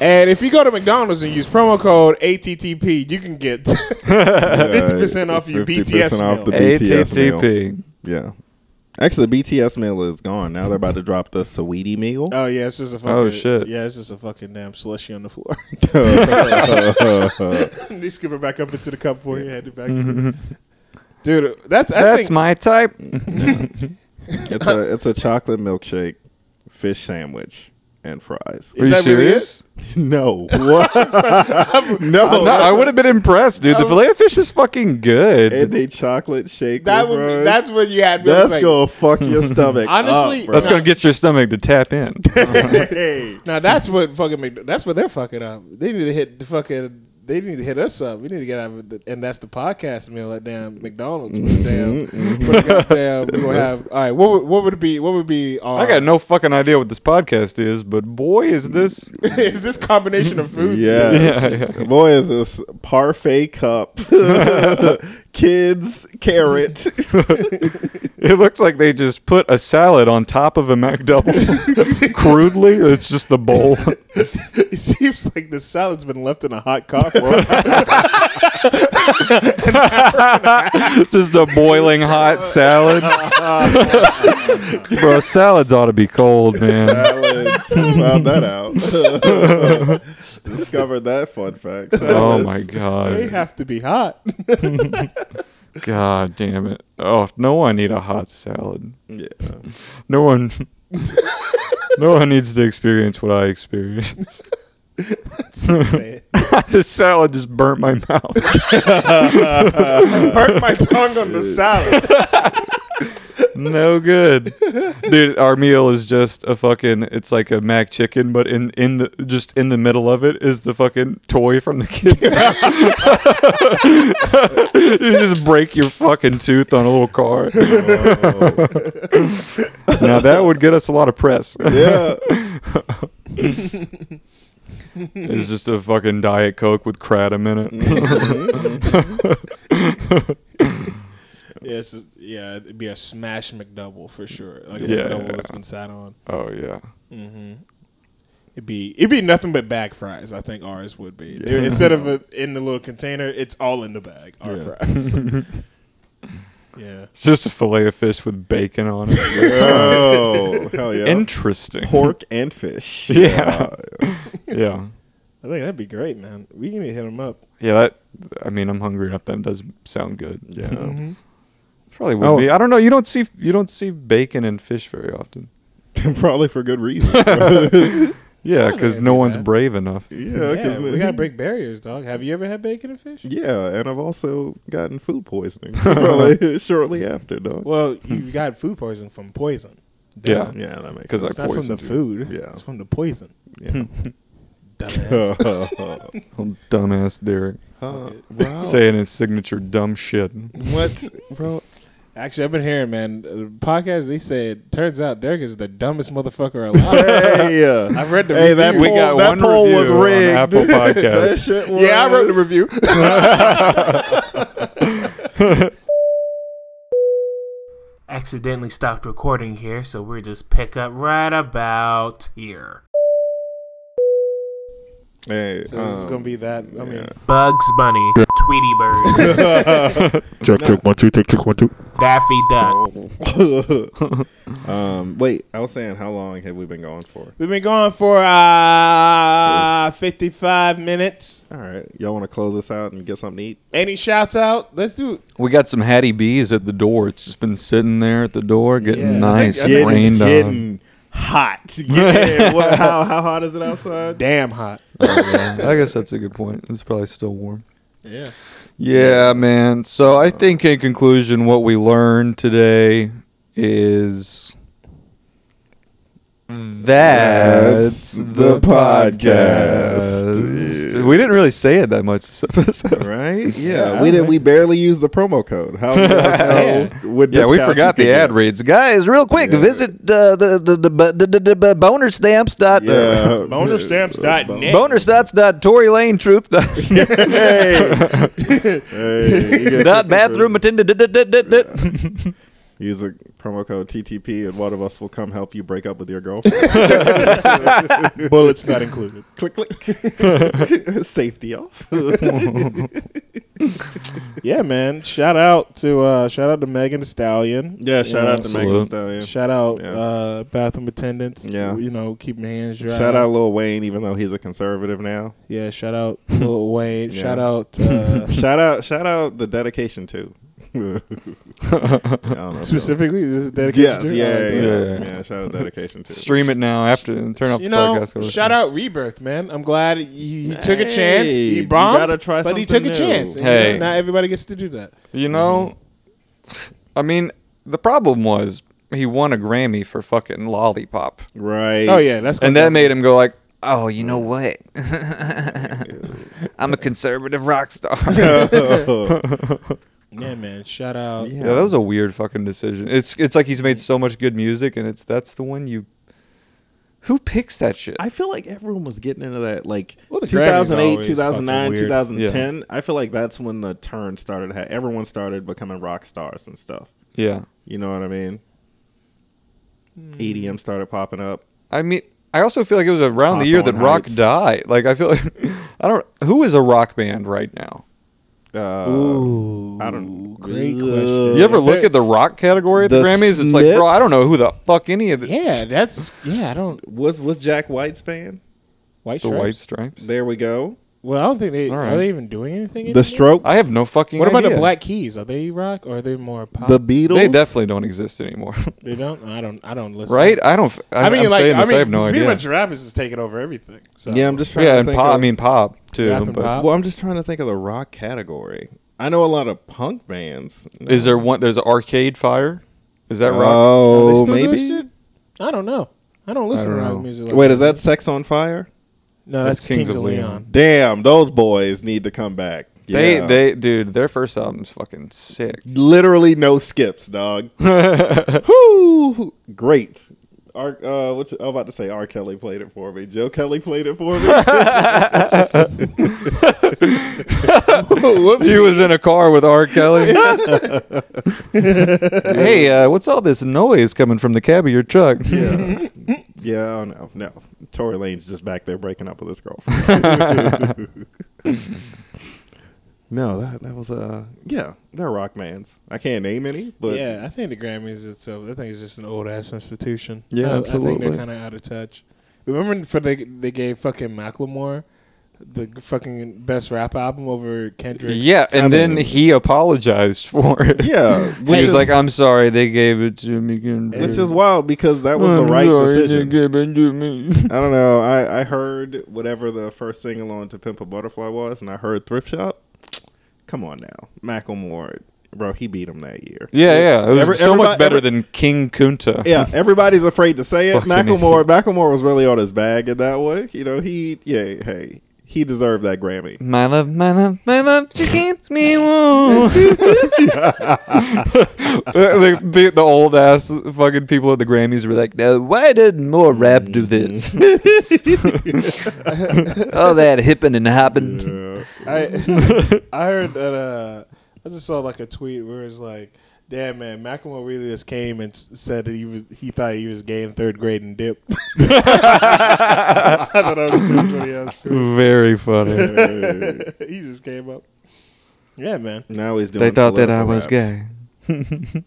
S1: And if you go to McDonald's and use promo code ATTP, you can get 50% off your
S3: 50%
S1: BTS
S3: off
S1: meal.
S3: the BTS meal.
S2: ATTP.
S3: Yeah. Actually, the BTS meal is gone. Now they're about to drop the Saweetie meal.
S1: Oh yeah, it's just a fucking
S2: Oh, shit.
S1: Yeah, it's just a fucking damn slushy on the floor.
S3: yeah,
S1: they scoop it back up into the cup for you. Hand it back to it. Dude, that's I
S2: That's
S1: think
S2: my type.
S3: it's a it's a chocolate milkshake, fish sandwich, and fries.
S2: Are you
S1: that really
S2: serious?
S3: No, what?
S1: Oh,
S3: no,
S2: No, I would have been impressed, dude. The filet of fish is fucking good.
S3: and a chocolate shake.
S1: that
S3: with
S1: would be,
S3: fries?
S1: that's when you had me. I was
S3: that's
S1: like,
S3: gonna fuck your stomach.
S1: Honestly,
S3: up,
S2: That's
S3: bro.
S2: gonna get your stomach to tap in.
S3: Hey.
S1: Now that's what fucking Mc- that's what they're fucking up. They need to hit the fucking. They need to hit us up. We need to get out of the, and that's the podcast meal at damn McDonald's. with Damn, with goddamn, we gonna have. All right, what would, what would be what would be? Our,
S2: I got no fucking idea what this podcast is, but boy, is this
S1: is this combination of foods?
S3: Yes.
S2: Yeah, yeah.
S3: Boy, is this parfait cup kids carrot.
S2: It looks like they just put a salad on top of a McDouble. Crudely, it's just the bowl.
S1: It seems like the salad's been left in a hot car for a while.
S2: just a boiling hot salad. Bro, salads ought to be cold, man.
S3: Salads. Found that out. Discovered that fun fact.
S2: Oh my
S1: they
S2: god.
S1: have to be hot.
S2: God damn it. Oh, no one need a hot salad.
S3: Yeah.
S2: No one No one needs to experience what I experienced.
S1: Say it.
S2: the salad just burnt my mouth.
S1: Burnt my tongue on the salad.
S2: No good. Dude, our meal is just a fucking it's like a mac chicken, but in in the just in the middle of it is the fucking toy from the kids. you just break your fucking tooth on a little car. now that would get us a lot of press.
S3: Yeah.
S2: It's just a fucking diet coke with kratom in it.
S3: Mm-hmm.
S1: Yes, it- yeah, it'd be a smash McDouble for sure. Like a
S2: Yeah,
S1: McDouble
S2: yeah.
S1: that's been sat on.
S2: Oh yeah.
S1: It'd be it'd be nothing but bag fries. I think ours would be They- instead of a, in the little container, it's all in the bag. Our fries. yeah,
S2: It's just a fillet of fish with bacon on it.
S3: Oh, hell yeah.
S2: Interesting.
S3: Pork and fish.
S2: Yeah. yeah.
S1: I think that'd be great, man. We can hit them up.
S2: Yeah, that. I mean, I'm hungry enough. That does sound good. Yeah, Mm-hmm. probably would
S3: Oh.
S2: be. I don't know. You don't see you don't see bacon and fish very often.
S3: Oh, Probably for good reason. Oh,
S2: Yeah, because no one's brave enough.
S3: Yeah,
S1: Yeah,
S3: because
S1: we gotta break barriers, dog. Have you ever had bacon and fish?
S3: Yeah, and I've also gotten food poisoning probably shortly after, dog.
S1: Well, you got food poisoning from poison.
S2: Yeah,
S3: yeah, that makes
S2: because
S3: sense.
S2: I
S1: It's not from the
S2: poisoned.
S1: food.
S3: Yeah.
S1: it's from the poison.
S3: Yeah.
S1: Dumbass.
S2: you. Dumbass Derek saying his signature dumb shit.
S3: what, bro?
S1: Actually, I've been hearing, man. The podcast they said turns out Derek is the dumbest mototherfucker alive.
S3: Hey, uh,
S1: I've read the
S3: hey, that
S1: reviews.
S2: We got
S3: poll, that
S2: one
S3: poll was
S2: review on
S3: rigged.
S2: Apple Podcast.
S3: that shit was.
S1: yeah, I wrote the review.
S10: Accidentally stopped recording here, so we're just pick up right about here.
S3: Hey,
S1: So
S2: um,
S1: this is gonna be that. I mean,
S10: Bugs Bunny, Tweety Bird,
S11: Check, check, one, two, check, check, one, two.
S10: Daffy Duck.
S3: um, um, wait, I was saying, how long have we been going for?
S1: we've been going for uh, fifty-five minutes.
S3: All right, y'all want to close this out and get something to eat?
S1: Any shouts out? Let's do.
S2: We got some Hattie B's at the door. It's just been sitting there at the door, getting
S1: Yeah.
S2: nice,
S3: Getting-
S2: rained on.
S3: getting hot. Yeah, what, how how hot is it outside?
S1: Damn hot.
S2: Oh, I guess that's a good point. It's probably still warm.
S1: Yeah.
S2: Yeah, man. So
S3: Uh,
S2: I think in conclusion, what we learned today is that's
S3: the podcast.
S2: We didn't really say it that much this episode.
S3: Right? Yeah, we did. We barely used the promo code. How would you guys know what
S2: Yeah, we
S3: discounts
S2: forgot
S3: you
S2: the
S3: could
S2: ad
S3: get?
S2: reads, guys. Real quick,
S3: Yeah.
S2: visit uh, the the the, bu- the, the, the, the boner stamps dot
S3: Yeah,
S1: Bonerstamps.net.
S2: boner stamps dot Tory Lane Truth dot,
S3: Hey, you get-
S2: dot bathroom attendant. dot- dot- dot- dot- dot.
S3: Use a promo code TTP, and one of us will come help you break up with your girlfriend.
S1: Bullets not included.
S3: click, click. Safety off.
S1: Yeah, man. Shout out to uh, shout out to Megan Thee Stallion.
S3: yeah, shout out to
S2: Absolute.
S3: Megan Thee Stallion.
S1: Shout out
S3: Yeah.
S1: uh, bathroom attendants.
S3: Yeah.
S1: You know, keep my hands dry.
S3: Shout out Lil Wayne, even though he's a conservative now.
S1: Yeah, shout out Lil Wayne.
S3: Yeah.
S1: Shout out uh,
S3: shout out, shout out the dedication too. I don't know.
S1: specifically this is dedicated
S3: Yes,
S1: to uh,
S3: yeah, yeah,
S1: Like,
S3: yeah,
S2: Yeah, yeah.
S3: Yeah, Shout out dedication too.
S2: Stream it now after and turn off
S1: You
S2: the
S1: know,
S2: podcast. Go listen.
S1: shout out Rebirth, man. I'm glad he, he took a chance.
S3: Hey,
S1: He
S3: you
S1: bombed,
S3: gotta try
S1: but he took
S3: something
S1: a
S3: new.
S1: chance. And, you
S2: Hey.
S1: know, not everybody gets to do that.
S2: You know,
S5: Mm-hmm.
S2: I mean, the problem was he won a Grammy for fucking Lollipop,
S3: Right.
S1: Oh yeah, that's
S2: and
S1: gonna-
S2: that made him go like,
S5: Oh, you know what? I'm a conservative rock star.
S1: yeah, man. Shout out.
S2: yeah. that was a weird fucking decision." It's it's like he's made so much good music, and it's that's the one you Who picks that shit?
S3: I feel like everyone was getting into that, like
S1: Well, the Grammys
S3: 2008,
S1: always
S3: 2009,
S1: fucking weird.
S3: 2010. I feel like that's when the turn started. ha- Everyone started becoming rock stars and stuff.
S2: yeah.
S3: You know what I mean? EDM started popping up.
S2: I mean, I also feel like it was around the year that
S3: Hawthorne
S2: rock
S3: Heights.
S2: died. Like I feel like I don't. Who is a rock band right now?
S3: Uh, I don't.
S1: Great question.
S2: You ever look at the rock category at the,
S3: The
S2: Grammys? It's like, bro, I don't know who the fuck any of the,
S1: Yeah, that's yeah. I don't
S3: Was was Jack White's band?
S1: white
S2: the
S1: stripes.
S2: White Stripes.
S3: There we go.
S1: Well, I don't think they
S2: All
S1: are
S2: right.
S1: they even doing anything.
S3: The
S1: anymore?
S3: Strokes.
S2: I have no fucking.
S1: What about the
S2: idea.
S1: Black Keys? Are they rock or are they more pop?
S3: the Beatles.
S2: They definitely don't exist anymore,
S1: they don't. I don't. I don't listen.
S2: right? I don't. f- I,
S1: I mean,
S2: am
S1: like
S2: saying
S1: I
S2: this.
S1: mean,
S2: I have no
S1: pretty
S2: idea.
S1: much rappers is taking over everything. So.
S3: Yeah, I'm just trying
S2: yeah,
S3: to
S2: and
S3: think.
S2: pop.
S3: of,
S2: I mean, pop too.
S1: Rap and
S2: but
S1: pop.
S3: well, I'm just trying to think of the rock category. I know a lot of punk bands.
S2: is there one? There's Arcade Fire. Is that rock?
S1: Are
S3: Oh,
S1: they still doing
S3: maybe.
S1: shit? I don't know. I don't listen
S2: I don't
S1: to rock
S2: know.
S1: music. Like
S3: Wait, is that Sex on Fire?
S1: no? That's, Kings, of Leon.
S3: Damn, those boys need to come back.
S2: They,
S3: Yeah.
S2: they, dude, their first album's fucking sick.
S3: literally no skips, dog. Whoo, great. R, uh, what's, I'm about to say R. Kelly played it for me. Joe Kelly played it for me.
S2: He was in a car with R. Kelly. hey, uh, what's all this noise coming from the cab of your truck?
S3: yeah, yeah. Oh, no, no. Tory Lane's just back there breaking up with his girlfriend. no, that that was uh, yeah. They're rock bands. I can't name any, but
S1: yeah, I think the Grammys itself, I think it's just an old ass institution.
S3: Yeah,
S1: I, I think
S3: absolutely.
S1: they're kind of out of touch. Remember for they they gave fucking Macklemore the fucking best rap album over Kendrick.
S2: Yeah, and
S3: I
S2: then
S3: mean-
S2: he apologized for it.
S3: yeah,
S2: he was like, "I'm sorry, they gave it to me."
S3: which is wild because that was the right decision. Uh, I don't know. I, I heard whatever the first single on To Pimp a Butterfly was, and I heard Thrift Shop. Come on now, Macklemore, bro, he beat him that year.
S2: Yeah, yeah, it was
S3: Every-
S2: so much
S3: everybody-
S2: better
S3: every-
S2: than King Kunta.
S3: Yeah, everybody's afraid to say it.
S2: Fucking
S3: Macklemore, Macklemore was really on his bag in that way. You know, he yeah, hey, he deserved that Grammy.
S2: My love, my love, my love, she keeps me warm. the, the, the old ass fucking people at the Grammys were like, no, why didn't more rap do this? All that hipping and hopping.
S3: Yeah.
S1: I I heard that. Uh, I just saw like a tweet where it's like, "Damn man, Macklemore really just came and s- said that he was he thought he was gay in third grade and dip." I thought that was pretty else too.
S2: Very funny.
S1: he just came up. Yeah, man.
S3: Now he's doing.
S2: they thought that I
S3: political
S2: was
S3: raps.
S2: gay.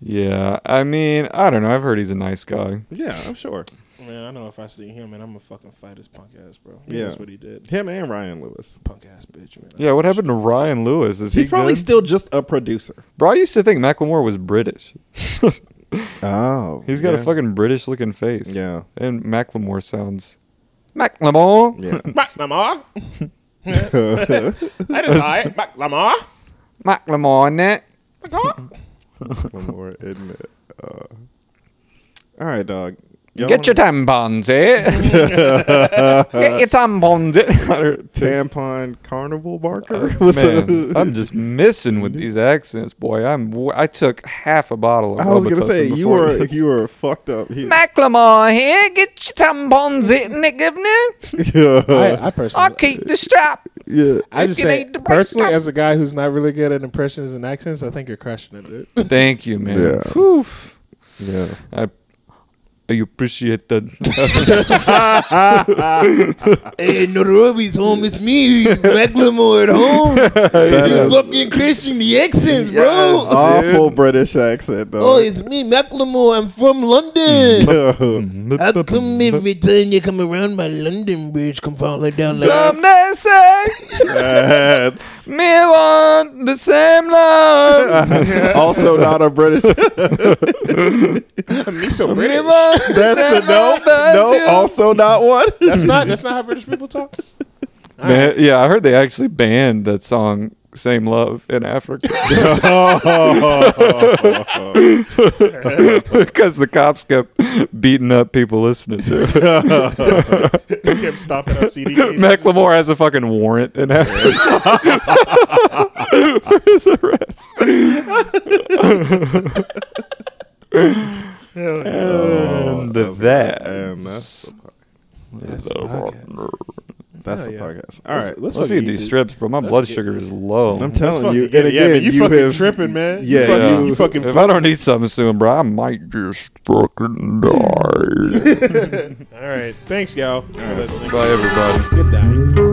S2: yeah, I mean, I don't know. I've heard he's a nice guy.
S3: Yeah, I'm sure.
S1: Man, I know if I see him, man, I'm gonna fucking fight his punk ass, bro. He
S3: Yeah.
S1: knows what he did.
S3: Him and Ryan Lewis.
S1: Punk ass bitch, man.
S2: Yeah, what happened to Ryan Lewis? Is
S3: He's
S2: he
S3: probably
S2: good?
S3: still just a producer.
S2: Bro, I used to think Macklemore was British.
S3: Oh,
S2: He's got
S3: yeah.
S2: a fucking British looking face.
S3: Yeah.
S2: And Macklemore sounds. Macklemore?
S3: Yeah.
S1: Macklemore. That is high. Macklemore.
S2: Macklemore, net.
S3: Macklemore, isn't it? Uh, all right, dog.
S2: Get your tampons, eh? Get your tampons, eh?
S3: tampon carnival
S2: Uh,
S3: barker. What's up?
S2: Man, I'm just missing with these accents, boy. I'm. w- I took half a bottle of.
S3: I was gonna
S2: Robitussin
S3: say you
S2: before
S3: were
S2: this.
S3: you were fucked up. Here.
S2: Macklemore here. Get your tampons, eh, nigga?
S3: yeah,
S1: I, I personally,
S2: I'll keep the strap.
S3: yeah.
S1: I just
S2: you
S1: say
S2: need to break
S1: personally,
S2: up-
S1: as a guy who's not really good at impressions and accents, I think you're crushing it, dude.
S2: Thank you, man.
S3: Yeah.
S2: Whew.
S3: yeah.
S2: I, I appreciate that.
S7: Hey, Nairobi's home. It's me, Macklemore at home.
S3: That
S7: You
S3: is
S7: fucking crushing the accents, bro.
S3: awful British accent though.
S7: Oh, it's me, Macklemore. I'm from London.
S3: Mm.
S7: I come every time you come around my London bridge, come falling down like
S2: Some may say
S3: That's
S2: me want the same love.
S3: also not a British.
S1: Me so
S2: Me
S1: British.
S2: want the
S3: That's a
S2: same
S3: no,
S2: love as
S3: no.
S2: you.
S3: Also not one.
S1: That's not that's not how British people talk.
S2: Man, yeah, I heard they actually banned that song "Same Love" in Africa
S3: Oh.
S2: because the cops kept beating up people listening to it.
S1: They kept stomping on CD. cases.
S2: Macklemore has a fucking warrant in Africa for his arrest. And
S3: Oh, that was good.
S2: that's,
S3: And that's the po-
S2: the
S3: that's the podcast. All right,
S1: Let's
S2: Let's
S1: fucking
S2: eat
S1: eat
S2: these
S1: this.
S2: strips, bro. My blood sugar is low.
S3: I'm
S8: That's
S3: telling you.
S8: fucking-
S3: And
S8: yeah,
S3: again,
S8: man, you
S3: you
S8: fucking
S3: have-
S8: tripping, man.
S3: Yeah,
S8: You fucking-
S3: yeah.
S8: you fucking
S2: if I don't eat something soon, bro, I might just fucking die.
S1: All right. Thanks, y'all, for listening.
S2: Bye, everybody.
S1: Good night.